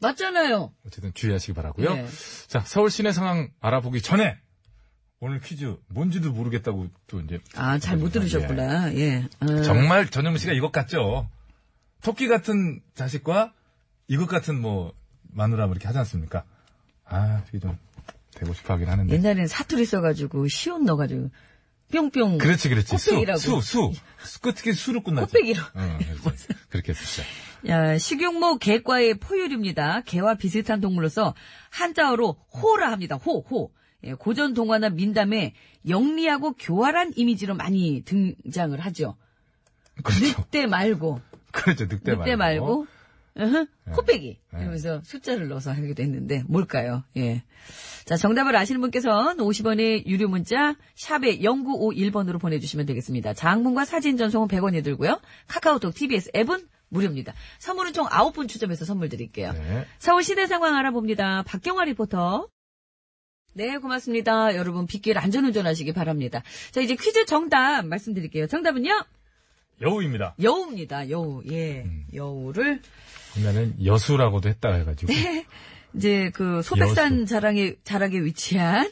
Speaker 4: 맞잖아요.
Speaker 5: 어쨌든 주의하시기 바라고요.
Speaker 4: 네.
Speaker 5: 자 서울 시내 상황 알아보기 전에 오늘 퀴즈 뭔지도 모르겠다고 또 이제
Speaker 4: 아 잘 못 들으셨구나. 예. 아,
Speaker 5: 정말 전현무 씨가 이것 같죠. 토끼 같은 자식과 이것 같은 뭐 마누라 뭐 이렇게 하지 않습니까? 아, 이게 좀 되고 싶어 하긴 하는데.
Speaker 4: 옛날엔 사투리 써가지고 시옷 넣어가지고 뿅뿅.
Speaker 5: 그렇지, 그렇지. 수,
Speaker 4: 꽃배기라고.
Speaker 5: 수, 수. 수 끝이 수로 끝나죠.
Speaker 4: 꽃배기로.
Speaker 5: 어, 그렇지. 그렇게 했었죠.
Speaker 4: 야, 식용모 개과의 포유류입니다. 개와 비슷한 동물로서 한자어로 호라 합니다. 호, 호. 예, 고전 동화나 민담에 영리하고 교활한 이미지로 많이 등장을 하죠.
Speaker 5: 그렇죠.
Speaker 4: 늑대 말고,
Speaker 5: 그렇죠. 늑대,
Speaker 4: 늑대 말고, 으흠, 코빼기 이러면서 숫자를 넣어서 하기도 했는데 뭘까요? 예. 자, 정답을 아시는 분께서는 50원의 유료 문자 샵에 0951번으로 보내주시면 되겠습니다. 장문과 사진 전송은 100원이 들고요. 카카오톡, TBS 앱은 무료입니다. 선물은 총 9분 추첨해서 선물 드릴게요.
Speaker 5: 네.
Speaker 4: 서울 시내 상황 알아봅니다. 박경화 리포터. 네, 고맙습니다. 여러분, 빗길 안전운전 하시기 바랍니다. 자, 이제 퀴즈 정답 말씀드릴게요. 정답은요?
Speaker 5: 여우입니다.
Speaker 4: 여우입니다. 여우. 예. 여우를
Speaker 5: 옛날엔 여수라고도 했다 해가지고.
Speaker 4: 네. 이제 그 소백산 자락에 자락에 위치한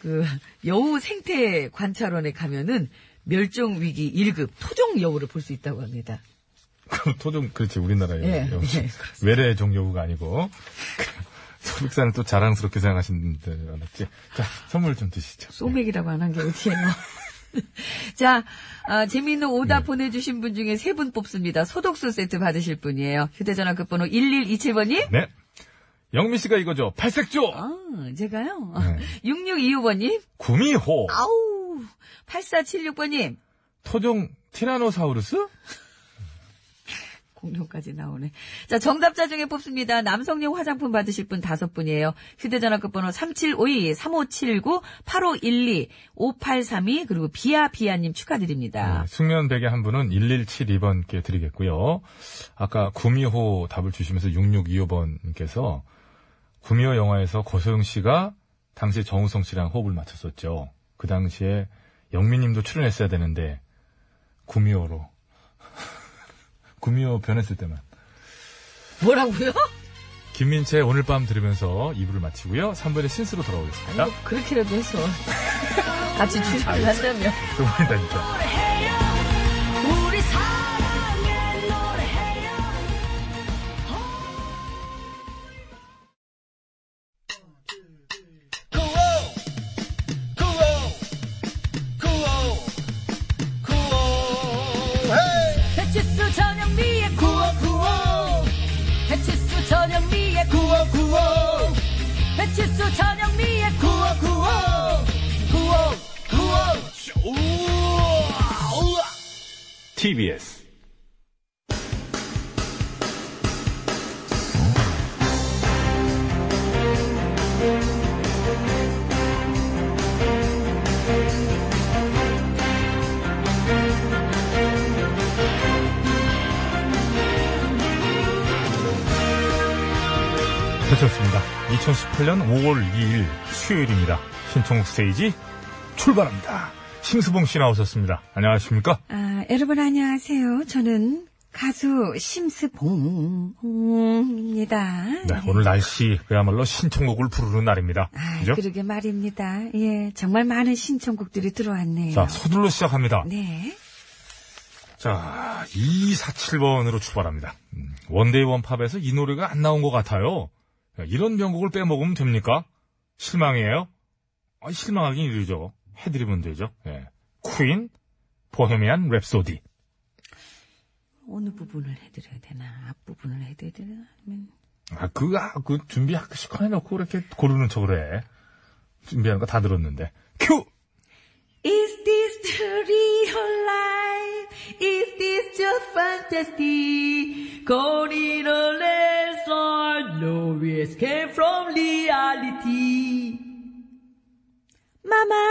Speaker 4: 그 여우 생태 관찰원에 가면은 멸종 위기 1급 토종 여우를 볼 수 있다고 합니다.
Speaker 5: 그럼 토종, 그렇지. 우리나라에.
Speaker 4: 예,
Speaker 5: 여우.
Speaker 4: 예, 그렇습니다.
Speaker 5: 외래종 여우가 아니고. 그, 소백산을 또 자랑스럽게 생각하시는 줄 알았지. 자, 선물 좀 드시죠.
Speaker 4: 소맥이라고 안 한 게 어디예요? 자, 아, 재미있는 오답 보내주신 분 중에 세 분 뽑습니다. 소독수 세트 받으실 분이에요. 휴대전화 끝번호 1127번님.
Speaker 5: 네. 영미 씨가 이거죠. 팔색조!
Speaker 4: 아, 제가요.
Speaker 5: 네.
Speaker 4: 6625번님.
Speaker 5: 구미호.
Speaker 4: 아우. 8476번님.
Speaker 5: 토종 티라노사우루스?
Speaker 4: 공룡까지 나오네. 자, 정답자 중에 뽑습니다. 남성용 화장품 받으실 분 다섯 분이에요. 휴대전화 끝번호 3752, 3579, 8512, 5832, 그리고 비아비아님 축하드립니다.
Speaker 5: 네, 숙면 베개 한 분은 1172번께 드리겠고요. 아까 구미호 답을 주시면서 6625번께서 구미호 영화에서 고소영 씨가 당시 정우성 씨랑 호흡을 맞췄었죠. 그 당시에 영미님도 출연했어야 되는데 구미호로 구미호 변했을 때만
Speaker 4: 뭐라고요?
Speaker 5: 김민채 오늘 밤 들으면서 2부를 마치고요. 3부에 신스로 돌아오겠습니다.
Speaker 4: 뭐 그렇게라도 해서 같이 출연을 한다면.
Speaker 5: 두 분이다 진짜.
Speaker 4: 배치수 전영미의 구호 구호 배치수 전영미의 구호 구호 배치수 전영미의 구호
Speaker 5: TBS. 배쳤습니다. 2018년 5월 2일 수요일입니다. 신청국 스테이지 출발합니다. 심수봉 씨 나오셨습니다. 안녕하십니까?
Speaker 4: 아, 여러분 안녕하세요. 저는 가수 심스봉입니다. 예.
Speaker 5: 네, 오늘 날씨 그야말로 신청곡을 부르는 날입니다.
Speaker 4: 아,
Speaker 5: 그죠?
Speaker 4: 그러게 말입니다. 예, 정말 많은 신청곡들이 들어왔네요.
Speaker 5: 자, 서둘러 시작합니다.
Speaker 4: 네.
Speaker 5: 자, 247번으로 출발합니다. 음, 원데이 원팝에서 이 노래가 안 나온 것 같아요. 야, 이런 명곡을 빼먹으면 됩니까? 실망이에요? 아, 실망하긴 이르죠. 해드리면 되죠. 예. 퀸, 보헤미안 랩소디.
Speaker 4: 어느 부분을 해드려야 되나, 앞부분을 해드려야 되나, 아니면.
Speaker 5: 아, 그, 아, 그, 준비 아, 그 시간 해놓고 그렇게 고르는 척을 해. 준비하는 거 다 들었는데. 큐!
Speaker 4: Is this the real life? Is this just fantasy? 거리를 내서 no escape from reality. Mama,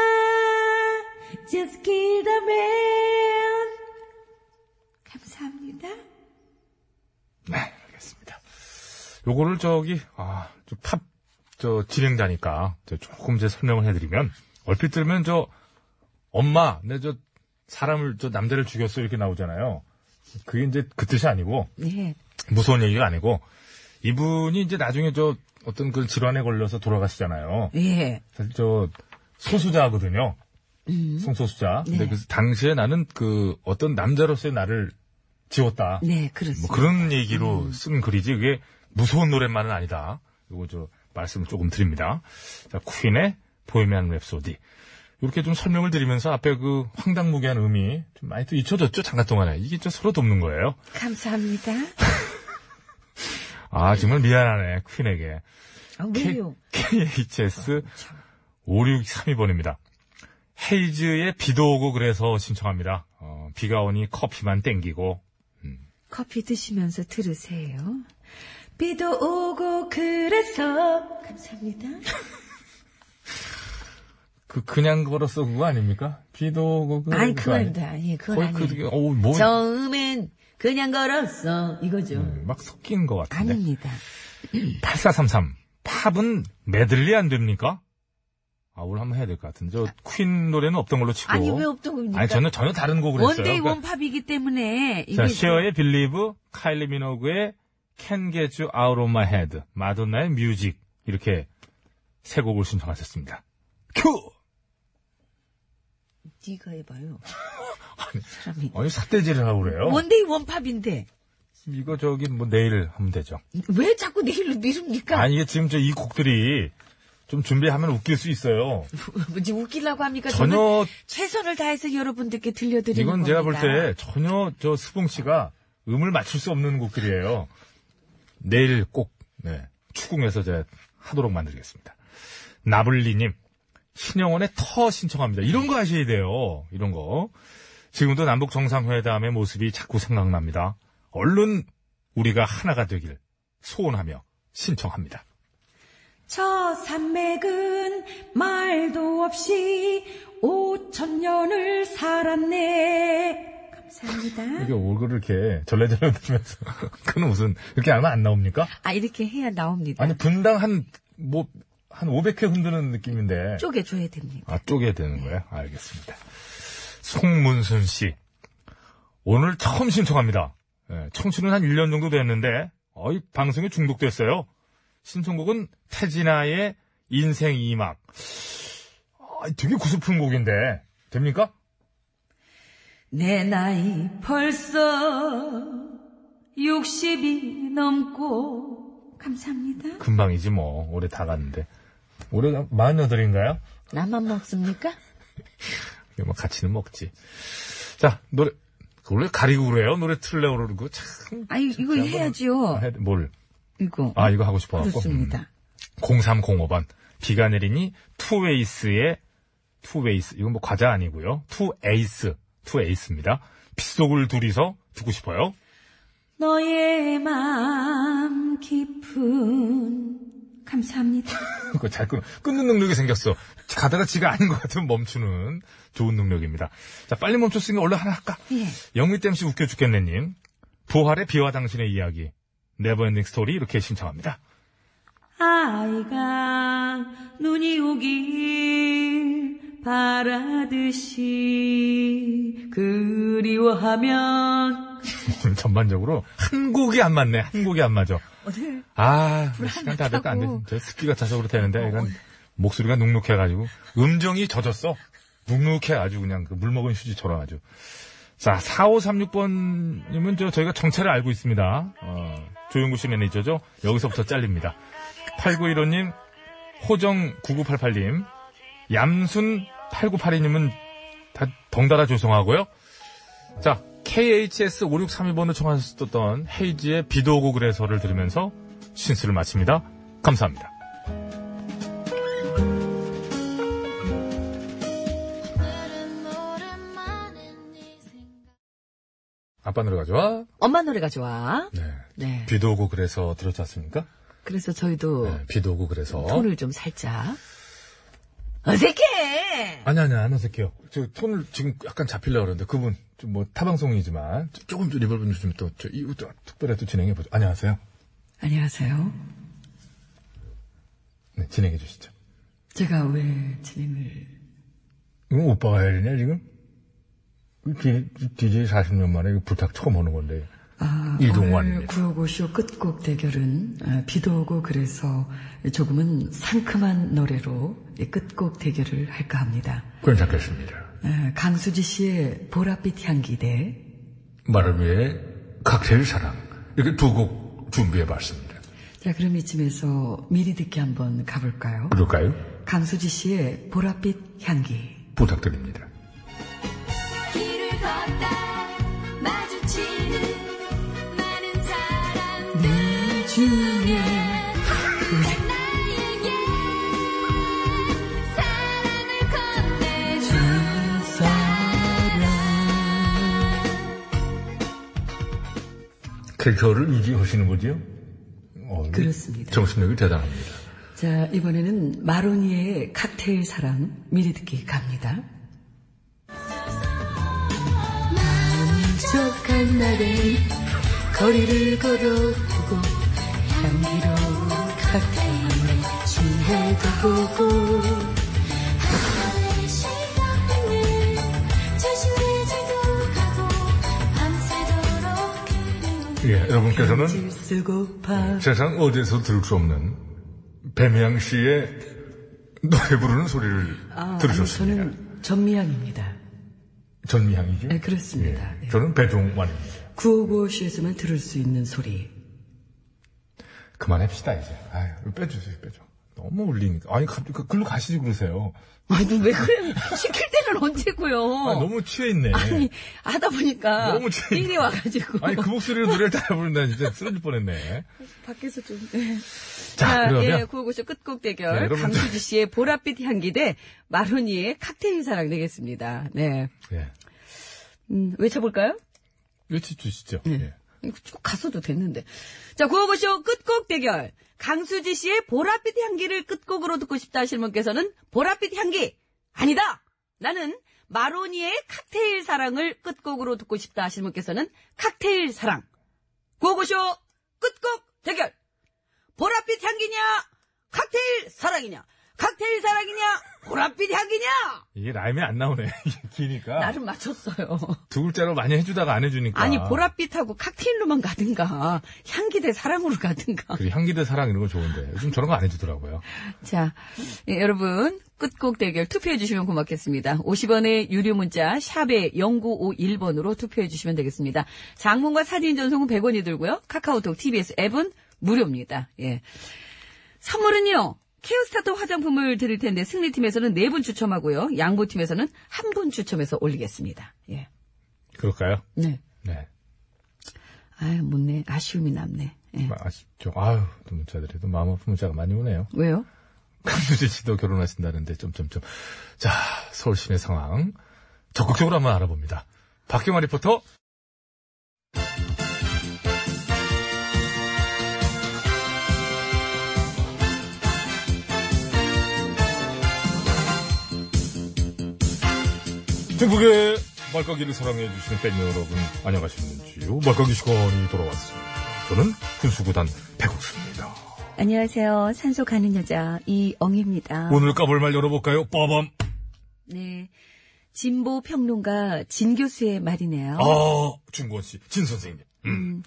Speaker 4: just kill the man. 감사합니다.
Speaker 5: 네, 알겠습니다. 요거를 저기, 아, 저 탑, 저, 진행자니까, 저 조금 제 설명을 해드리면, 얼핏 들면 저, 엄마, 내 저, 사람을, 저 남자를 죽였어, 이렇게 나오잖아요. 그게 이제 그 뜻이 아니고,
Speaker 4: 예.
Speaker 5: 무서운 얘기가 아니고, 이분이 이제 나중에 저, 어떤 그 질환에 걸려서 돌아가시잖아요.
Speaker 4: 예.
Speaker 5: 사실 저 소수자거든요. 성소수자. 근데
Speaker 4: 네.
Speaker 5: 그 당시에 나는 그 어떤 남자로서의 나를 지웠다.
Speaker 4: 네, 그렇습니다.
Speaker 5: 뭐 그런 얘기로 쓴 글이지 그게 무서운 노래만은 아니다. 이거 저 말씀을 조금 드립니다. 자, 퀸의 보헤미안 랩소디. 이렇게 좀 설명을 드리면서 앞에 그 황당무계한 의미 좀 많이 또 잊혀졌죠 잠깐 동안에 이게 저 서로 돕는 거예요.
Speaker 4: 감사합니다.
Speaker 5: 아 정말 미안하네 퀸에게.
Speaker 4: 아, 왜요?
Speaker 5: KHS 5632번입니다. 헤이즈의 비도 오고 그래서 신청합니다. 어, 비가 오니 커피만 땡기고.
Speaker 4: 커피 드시면서 들으세요. 비도 오고 그래서 감사합니다.
Speaker 5: 그, 그냥 걸었어 그거 아닙니까? 비도 오고 그래서.
Speaker 4: 아니
Speaker 5: 그거
Speaker 4: 그건
Speaker 5: 아니-
Speaker 4: 아니다. 예, 그건
Speaker 5: 거의 그,
Speaker 4: 아니에요.
Speaker 5: 어우, 뭐.
Speaker 4: 처음엔 그냥 걸었어 이거죠.
Speaker 5: 음, 네. 막 섞인 것 같은데.
Speaker 4: 아닙니다.
Speaker 5: 8433. 팝은 메들리 안 됩니까? 아, 오늘 한번 해야 될 것 같은데. 저 퀸 노래는 없던 걸로 치고.
Speaker 4: 아니 왜 없던 겁니까?
Speaker 5: 뭐? 아니, 저는 전혀 다른 곡을 했어요.
Speaker 4: 원데이
Speaker 5: 그러니까
Speaker 4: 원팝이기 때문에 이게
Speaker 5: 자, 쉐어의 빌리브, 카일리 미노그의 Can Get You Out of My Head, 마돈나의 뮤직 이렇게 세 곡을 신청하셨습니다. 큐!
Speaker 4: 네가 해봐요. 사람이
Speaker 5: 아니 어? 삿대질을 하고 그래요.
Speaker 4: 원데이 원팝인데
Speaker 5: 이거 저기 뭐 내일 하면 되죠.
Speaker 4: 왜 자꾸 내일로 미룹니까?
Speaker 5: 아니 이게 지금 저 이 곡들이 좀 준비하면 웃길 수 있어요.
Speaker 4: 뭐지 웃기려고 합니까? 그러니까 저는
Speaker 5: 전혀
Speaker 4: 최선을 다해서 여러분들께 들려드리는
Speaker 5: 이건 제가 볼
Speaker 4: 겁니다.
Speaker 5: 때 전혀 저 스봉 씨가 음을 맞출 수 없는 곡들이에요. 내일 꼭 네, 추궁해서 제가 하도록 만들겠습니다. 나블리님 신영원의 터 신청합니다. 이런 거 하셔야 돼요. 이런 거 지금도 남북 정상회담의 모습이 자꾸 생각납니다. 얼른 우리가 하나가 되길 소원하며 신청합니다.
Speaker 4: 저 산맥은 말도 없이 오천 년을 살았네. 감사합니다.
Speaker 5: 이게 얼굴을 이렇게 절레절레 들면서 그건 무슨 이렇게 하면 안 나옵니까?
Speaker 4: 아 이렇게 해야 나옵니다.
Speaker 5: 아니 분당 한 뭐 한 500회 흔드는 느낌인데
Speaker 4: 쪼개줘야 됩니다.
Speaker 5: 아, 쪼개야 되는 거예요? 알겠습니다. 송문순 씨. 오늘 처음 신청합니다. 예, 청취는 한 1년 정도 됐는데, 어이, 방송에 중독됐어요. 신청곡은 태진아의 인생 이막 아, 되게 구슬픈 곡인데, 됩니까?
Speaker 4: 내 나이 벌써 60이 넘고 감사합니다.
Speaker 5: 금방이지 뭐, 올해 다 갔는데. 올해가 48인가요?
Speaker 4: 나만 먹습니까?
Speaker 5: 이거 뭐 같이는 먹지. 자, 노래, 원래 가리고 그래요? 노래 틀려고 그러고, 참.
Speaker 4: 아 이거
Speaker 5: 진짜 한번
Speaker 4: 해야지요.
Speaker 5: 해야 돼. 뭘.
Speaker 4: 이거
Speaker 5: 아, 이거 하고 싶어갖고.
Speaker 4: 그렇습니다.
Speaker 5: 0305번. 비가 내리니 투웨이스의 투웨이스. 이건 뭐 과자 아니고요. 투에이스. 투에이스입니다. 빗속을 둘이서 듣고 싶어요.
Speaker 4: 너의 마음 깊은 감사합니다.
Speaker 5: 그거 잘 끊, 끊는 능력이 생겼어. 가다가 지가 아닌 것 같으면 멈추는 좋은 능력입니다. 자, 빨리 멈췄으니 얼른 하나 할까?
Speaker 4: 예.
Speaker 5: 영미댐 씨 웃겨 죽겠네님. 부활의 비와 당신의 이야기. 네버엔딩 스토리 이렇게 신청합니다.
Speaker 4: 아이가 눈이 오길 바라듯이 그리워하면
Speaker 5: 전반적으로 한 곡이 안 맞네. 한 곡이 안 맞아.
Speaker 4: 오늘
Speaker 5: 아, 시간 다 됐다. 안 돼. 저 습기가 차서 그렇다는데, 이건 목소리가 눅눅해가지고, 음정이 젖었어. 눅눅해 아주 그냥 그 물 먹은 휴지처럼 아주. 자, 4536번님은 저, 저희가 정체를 알고 있습니다. 어, 조용구 씨 매니저죠? 여기서부터 잘립니다. 8915님, 호정9988님, 얌순 8982님은 다 덩달아 죄송하고요. 자, KHS5632번으로 청하셨던 헤이지의 비도 오고 그래서를 들으면서 신스를 마칩니다. 감사합니다. 아빠 노래가 좋아?
Speaker 4: 엄마 노래가 좋아.
Speaker 5: 네.
Speaker 4: 네.
Speaker 5: 비도 오고 그래서 들었지 않습니까?
Speaker 4: 그래서 저희도
Speaker 5: 네, 비도 오고 그래서.
Speaker 4: 톤을 좀 살짝 어색해.
Speaker 5: 아니, 아니, 안 어색해요. 저 톤을 지금 약간 잡히려고 그러는데, 그분, 좀 뭐, 타방송이지만, 좀- 조금 좀 리벌브 좀 또, 저, 이것도 특별히 또 진행해보죠. 안녕하세요.
Speaker 4: 안녕하세요.
Speaker 5: 네, 진행해 주시죠.
Speaker 4: 제가 왜 진행을
Speaker 5: 이건 음, 오빠가 해야 되냐, 지금? 그 DJ 40년 만에 이거 부탁 처음 오는 건데.
Speaker 4: 아, 오늘
Speaker 5: 이동환입니다.
Speaker 4: 구호고쇼 끝곡 대결은 아, 비도 오고 그래서 조금은 상큼한 노래로 이 끝곡 대결을 할까 합니다.
Speaker 5: 괜찮겠습니다.
Speaker 4: 아, 강수지 씨의 보랏빛 향기 대
Speaker 5: 마르미의 칵테일 사랑. 이렇게 두 곡 준비해 봤습니다.
Speaker 4: 자, 그럼 이쯤에서 미리 듣기 한번 가볼까요?
Speaker 5: 그럴까요?
Speaker 4: 강수지 씨의 보랏빛 향기.
Speaker 5: 부탁드립니다.
Speaker 11: 길을 걷다 마주치는 많은 사람들 중에 나에게 사랑을 건네준
Speaker 5: 캐릭터를 유지하시는 그 거지요? 어,
Speaker 4: 그렇습니다.
Speaker 5: 정신력이 대단합니다.
Speaker 4: 자, 이번에는 마로니의 칵테일 사랑 미리 듣기 갑니다. 만족한 날엔 거리를 걸어두고 향기로운 칵테일에 취해도 보고
Speaker 3: 네.
Speaker 11: 하루의 시간은 조심해지도 가고 밤새도록 그리운
Speaker 5: 예, 여러분께서는
Speaker 4: 질 쓰고파
Speaker 5: 세상 어디에서 들을 수 없는 배미양 씨의 노래 부르는 소리를
Speaker 4: 아,
Speaker 5: 들으셨습니다.
Speaker 4: 저는 전미양입니다.
Speaker 5: 전미향이죠?
Speaker 4: 네, 그렇습니다. 예.
Speaker 5: 저는 배종환입니다.
Speaker 4: 구호고쇼에서만 들을 수 있는 소리.
Speaker 5: 그만합시다, 이제. 아유, 빼주세요, 빼줘. 너무 울리니까. 아니, 갑자기 그- 글로 가시지 그러세요.
Speaker 4: 아니, 왜 그래? 시킬 때는 언제고요?
Speaker 5: 아, 너무 취해있네.
Speaker 4: 어. 아니, 하다 보니까
Speaker 5: 너무 재밌-
Speaker 4: 삘이 와가지고
Speaker 5: 아니, 그 목소리로 노래를 따라 부른다 진짜 쓰러질 뻔했네.
Speaker 4: 밖에서 좀. 네.
Speaker 5: 자, 그러면
Speaker 4: 예, 구호고쇼 끝곡
Speaker 5: 네,
Speaker 4: 대결
Speaker 5: 여러분들-
Speaker 4: 강수지 씨의 보랏빛 향기 대 마로니의 칵테일 사랑 되겠습니다. 네,
Speaker 5: 예.
Speaker 4: 음, 외쳐볼까요?
Speaker 5: 외치 주시죠.
Speaker 4: 네.
Speaker 5: 예.
Speaker 4: 이거 쭉 가서도 됐는데. 자, 구호고쇼 끝곡 대결 강수지 씨의 보랏빛 향기를 끝곡으로 듣고 싶다 하시는 분께서는 보랏빛 향기 아니다. 나는 마로니의 칵테일 사랑을 끝곡으로 듣고 싶다 하시는 분께서는 칵테일 사랑. 구호고쇼 끝곡 대결. 보랏빛 향기냐? 칵테일 사랑이냐? 칵테일 사랑이냐? 보랏빛 향기냐?
Speaker 5: 이게 라임이 안 나오네. 이게 기니까.
Speaker 4: 나름 맞췄어요.
Speaker 5: 두 글자로 많이 해주다가 안 해주니까.
Speaker 4: 아니 보랏빛하고 칵테일로만 가든가 향기 대 사랑으로 가든가.
Speaker 5: 그리고 향기 대 사랑 이런 거 좋은데. 요즘 저런 거 안 해주더라고요.
Speaker 4: 자, 예, 여러분 끝곡 대결 투표해 주시면 고맙겠습니다. 50원의 유료 문자 샵에 0951번으로 투표해 주시면 되겠습니다. 장문과 사진 전송은 100원이 들고요. 카카오톡, TBS 앱은 무료입니다. 예. 선물은요. 케어스타터 화장품을 드릴 텐데 승리팀에서는 4분 추첨하고요. 양보팀에서는 1분 추첨해서 올리겠습니다. 예.
Speaker 5: 그럴까요?
Speaker 4: 네.
Speaker 5: 네.
Speaker 4: 아유, 못 내. 아쉬움이 남네. 예.
Speaker 5: 아, 아쉽죠. 아유, 또 문자들이 또 마음 아픈 문자가 많이 오네요.
Speaker 4: 왜요?
Speaker 5: 강수지 씨도 결혼하신다는데, 점점점. 자, 서울 시내 상황. 적극적으로 한번 알아봅니다. 박경화 리포터. 중국의 말까기를 사랑해주시는 팬 여러분, 안녕하십니까. 말까기 시간이 돌아왔습니다. 저는 훈수구단 백옥수입니다.
Speaker 11: 안녕하세요 산소 가는 여자 이엉입니다
Speaker 5: 오늘 까볼 말 열어볼까요? 빠밤.
Speaker 4: 네. 진보 평론가 진 교수의 말이네요.
Speaker 5: 어, 중고원 씨, 진 선생님. 음.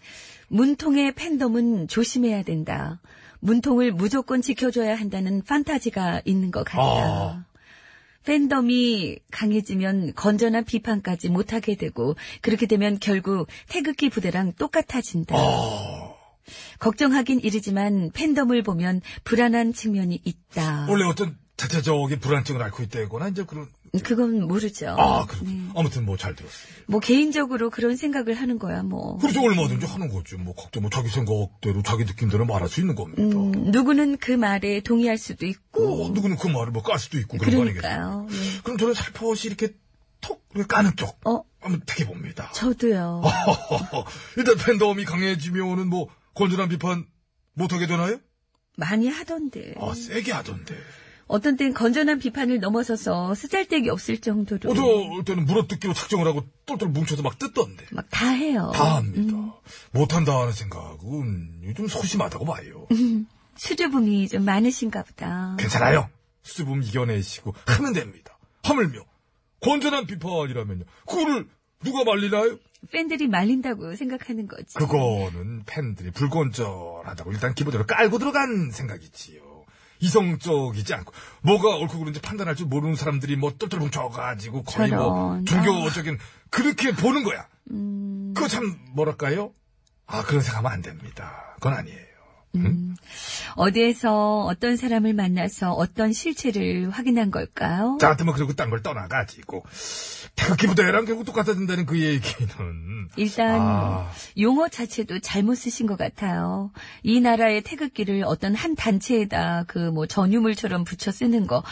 Speaker 4: 문통의 팬덤은 조심해야 된다. 문통을 무조건 지켜줘야 한다는 판타지가 있는 것 같다.
Speaker 5: 아.
Speaker 4: 팬덤이 강해지면 건전한 비판까지 못하게 되고 그렇게 되면 결국 태극기 부대랑 똑같아진다.
Speaker 5: 어.
Speaker 4: 걱정하긴 이르지만 팬덤을 보면 불안한 측면이 있다.
Speaker 5: 원래 어떤 자체적인 불안증을 앓고 있다거나 이제 그런
Speaker 4: 그건 모르죠.
Speaker 5: 아, 그렇군. 아무튼 뭐 잘 들었어요.
Speaker 4: 뭐 개인적으로 그런 생각을 하는 거야 뭐.
Speaker 5: 그래서 얼마든지 하는 거지. 뭐 각자 뭐 자기 생각대로 자기 느낌대로 말할 수 있는 겁니다.
Speaker 4: 음, 누구는 그 말에 동의할 수도
Speaker 5: 어,
Speaker 4: 있고.
Speaker 5: 누구는 그 말을 뭐 깔 수도 있고 그런 거 아니겠어요?
Speaker 4: 그러니까요. 예.
Speaker 5: 그럼 저는 살포시 이렇게 톡 이렇게 까는 쪽
Speaker 4: 어?
Speaker 5: 한번 택해 봅니다.
Speaker 4: 저도요.
Speaker 5: 어. 일단 팬덤이 강해지면은 뭐 건전한 비판 못하게 되나요?
Speaker 4: 많이 하던데.
Speaker 5: 아 세게 하던데.
Speaker 4: 어떤 땐 건전한 비판을 넘어서서 쓰잘데기 없을 정도로
Speaker 5: 어저 때는 물어뜯기로 작정을 하고 똘똘 뭉쳐서 막 뜯던데.
Speaker 4: 막 다 해요.
Speaker 5: 다 합니다. 못한다 하는 생각은 좀 소심하다고 봐요.
Speaker 4: 수줍음이 좀 많으신가 보다.
Speaker 5: 괜찮아요. 수줍음 이겨내시고 하면 됩니다. 하물며 건전한 비판이라면요. 그거를 누가 말리나요?
Speaker 4: 팬들이 말린다고 생각하는 거지.
Speaker 5: 그 그거는 팬들이 불건전하다고 일단 기본적으로 깔고 들어간 생각이지요. 이성적이지 않고 뭐가 옳고 그른지 판단할 줄 모르는 사람들이 뭐 똘똘 뭉쳐가지고 거의 뭐
Speaker 4: 저런. 음.
Speaker 5: 종교적인 그렇게 보는 거야. 그거 참 뭐랄까요? 아 그런 생각하면 안 됩니다. 그건 아니에요.
Speaker 4: 음. 어디에서 어떤 사람을 만나서 어떤 실체를 확인한 걸까요?
Speaker 5: 자, 하여튼 뭐 그리고 딴 걸 떠나가지고 태극기 부대랑 결국 똑같아진다는 그 얘기는
Speaker 4: 일단
Speaker 5: 아.
Speaker 4: 용어 자체도 잘못 쓰신 것 같아요. 이 나라의 태극기를 어떤 한 단체에다 그 뭐 전유물처럼 붙여 쓰는 거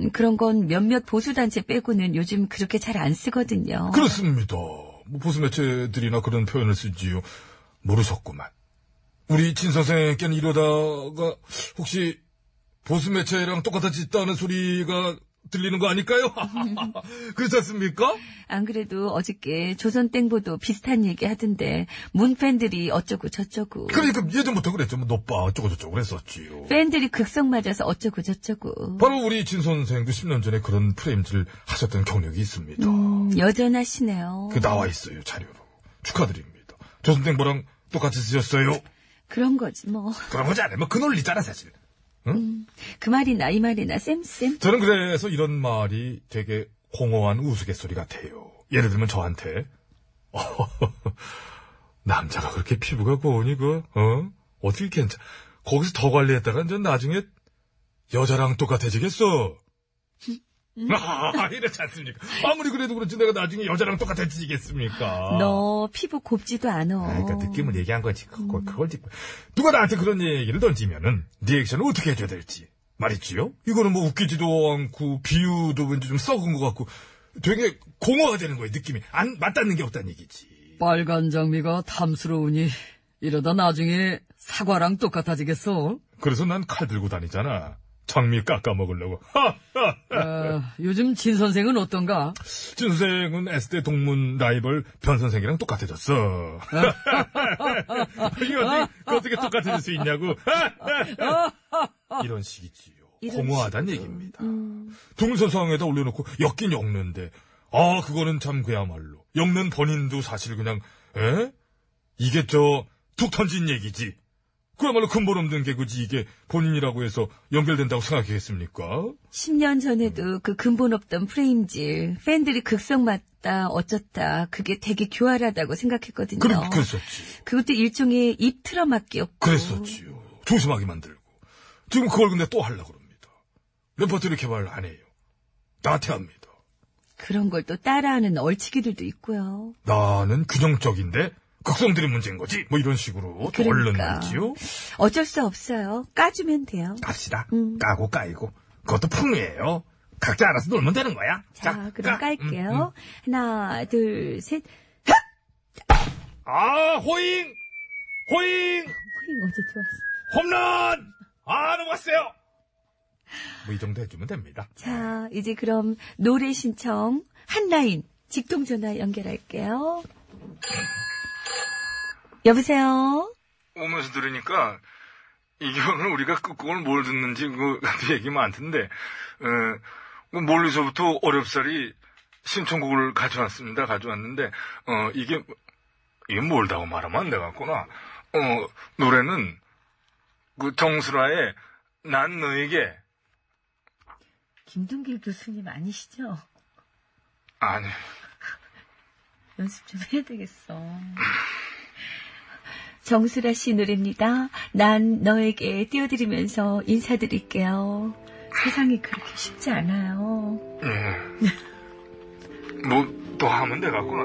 Speaker 4: 음, 그런 건 몇몇 보수 단체 빼고는 요즘 그렇게 잘 안 쓰거든요.
Speaker 5: 그렇습니다. 뭐 보수 매체들이나 그런 표현을 쓰지요. 모르셨구만. 우리 진 선생께는 이러다가 혹시 보수 매체랑 똑같아졌다는 소리가 들리는 거 아닐까요? 그렇지 않습니까?
Speaker 4: 안 그래도 어저께 조선 땡보도 비슷한 얘기 하던데 문 팬들이 어쩌고 저쩌고
Speaker 5: 그러니까 예전부터 그랬죠. 뭐 노빠 어쩌고저쩌고 그랬었지요.
Speaker 4: 팬들이 극성 맞아서 어쩌고 저쩌고
Speaker 5: 바로 우리 진 선생도 10년 전에 그런 프레임질을 하셨던 경력이 있습니다.
Speaker 4: 음, 여전하시네요.
Speaker 5: 그 나와 있어요 자료로 축하드립니다. 조선땡보랑 똑같이 쓰셨어요.
Speaker 4: 그런 거지 뭐.
Speaker 5: 그런 거지 않아요. 뭐그 논리잖아 사실.
Speaker 4: 그 말이나 이 말이나 쌤쌤.
Speaker 5: 저는 그래서 이런 말이 되게 공허한 우스갯소리 같아요. 예를 들면 저한테 남자가 그렇게 피부가 고우니 그 어? 어떻게 괜찮? 거기서 더 관리했다가 전 나중에 여자랑 똑같아지겠어. 아, 이렇지 않습니까? 아무리 그래도 그렇지 내가 나중에 여자랑 똑같아지겠습니까?
Speaker 4: 너 피부 곱지도 않아.
Speaker 5: 아, 그러니까 느낌을 얘기한 거지. 그걸, 그걸 짚고. 누가 나한테 그런 얘기를 던지면은 리액션을 어떻게 해줘야 될지 말이지요. 이거는 뭐 웃기지도 않고 비유도 왠지 좀 썩은 것 같고 되게 공허가 되는 거예요. 느낌이 안 맞닿는 게 없다는 얘기지.
Speaker 4: 빨간 장미가 탐스러우니 이러다 나중에 사과랑 똑같아지겠어.
Speaker 5: 그래서 난 칼 들고 다니잖아. 장미 깎아 먹으려고.
Speaker 4: 요즘 진 선생은 어떤가?
Speaker 5: 진 선생은 S대 동문 라이벌 변 선생이랑 똑같아졌어. 이거 어떻게, 그거 어떻게 똑같아질 수 있냐고. 이런 음. 식이지요.
Speaker 4: 이런
Speaker 5: 공허하단 얘기입니다. 동서상에다 올려놓고 엮긴 엮는데, 아, 그거는 참 그야말로. 엮는 본인도 사실 그냥, 에? 이게 저, 툭 던진 얘기지. 그야말로 근본 없는 개그지, 이게 본인이라고 해서 연결된다고 생각하겠습니까?
Speaker 4: 10년 전에도 그 근본 없던 프레임질, 팬들이 극성 맞다, 어쩌다, 그게 되게 교활하다고 생각했거든요.
Speaker 5: 그래, 그랬었지.
Speaker 4: 것도 일종의 입 틀어막기였고.
Speaker 5: 그랬었지요. 조심하게 만들고. 지금 그걸 근데 또 하려고 그럽니다. 레퍼토리 개발 안 해요. 나태합니다.
Speaker 4: 그런 걸 또 따라하는 얼치기들도 있고요.
Speaker 5: 나는 균형적인데 극성들이 문제인 거지. 뭐 이런 식으로 또 얼른
Speaker 4: 그러니까.
Speaker 5: 말지요.
Speaker 4: 어쩔 수 없어요. 까주면 돼요.
Speaker 5: 갑시다.
Speaker 4: 음.
Speaker 5: 까고 까이고. 그것도 풍요예요. 각자 알아서 놀면 되는 거야.
Speaker 4: 자, 그럼
Speaker 5: 까.
Speaker 4: 깔게요.
Speaker 5: 음, 음.
Speaker 4: 하나, 둘, 셋.
Speaker 5: 아 호잉, 호잉,
Speaker 4: 호잉 어제 좋았어.
Speaker 5: 홈런. 아 넘어갔어요. 뭐 이 정도 해주면 됩니다.
Speaker 4: 자, 이제 그럼 노래 신청 한 라인 직통 전화 연결할게요. 여보세요.
Speaker 5: 오면서 들으니까 이경은 우리가 그걸 뭘 듣는지 그 얘기 많던데 어, 멀리서부터 어렵사리 신청곡을 가져왔습니다. 가져왔는데 어 이게 이게 뭘다고 말하면 안 되겠구나. 어 노래는 그 정수라의 난 너에게
Speaker 12: 김동길 교수님 아니시죠?
Speaker 5: 아니
Speaker 12: 연습 좀 해야 되겠어. 정수라 씨 노래입니다. 난 너에게 띄워드리면서 인사드릴게요. 세상이 그렇게 쉽지 않아요.
Speaker 5: 예. 뭐 또 하면 되겠구나.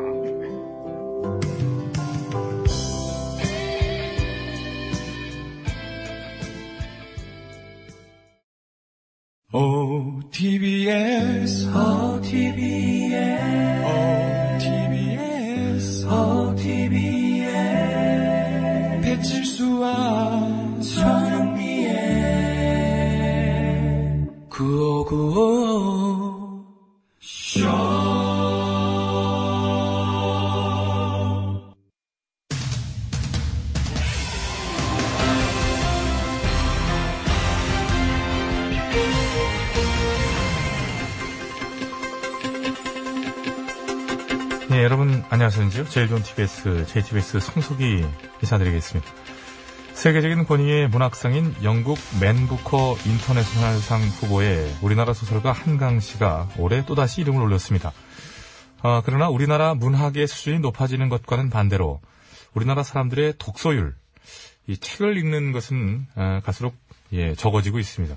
Speaker 7: OTBS, OTBS, OTBS, OTBS. 배칠수와 저녁미에 9595.
Speaker 5: 네, 여러분 안녕하세요. 제일 좋은 TBS, JTBS 송소기 인사드리겠습니다. 세계적인 권위의 문학상인 영국 맨부커 인터내셔널상 후보에 우리나라 소설가 한강 씨가 올해 또다시 이름을 올렸습니다. 아, 그러나 우리나라 문학의 수준이 높아지는 것과는 반대로 우리나라 사람들의 독서율, 이 책을 읽는 것은 아, 갈수록 예, 적어지고 있습니다.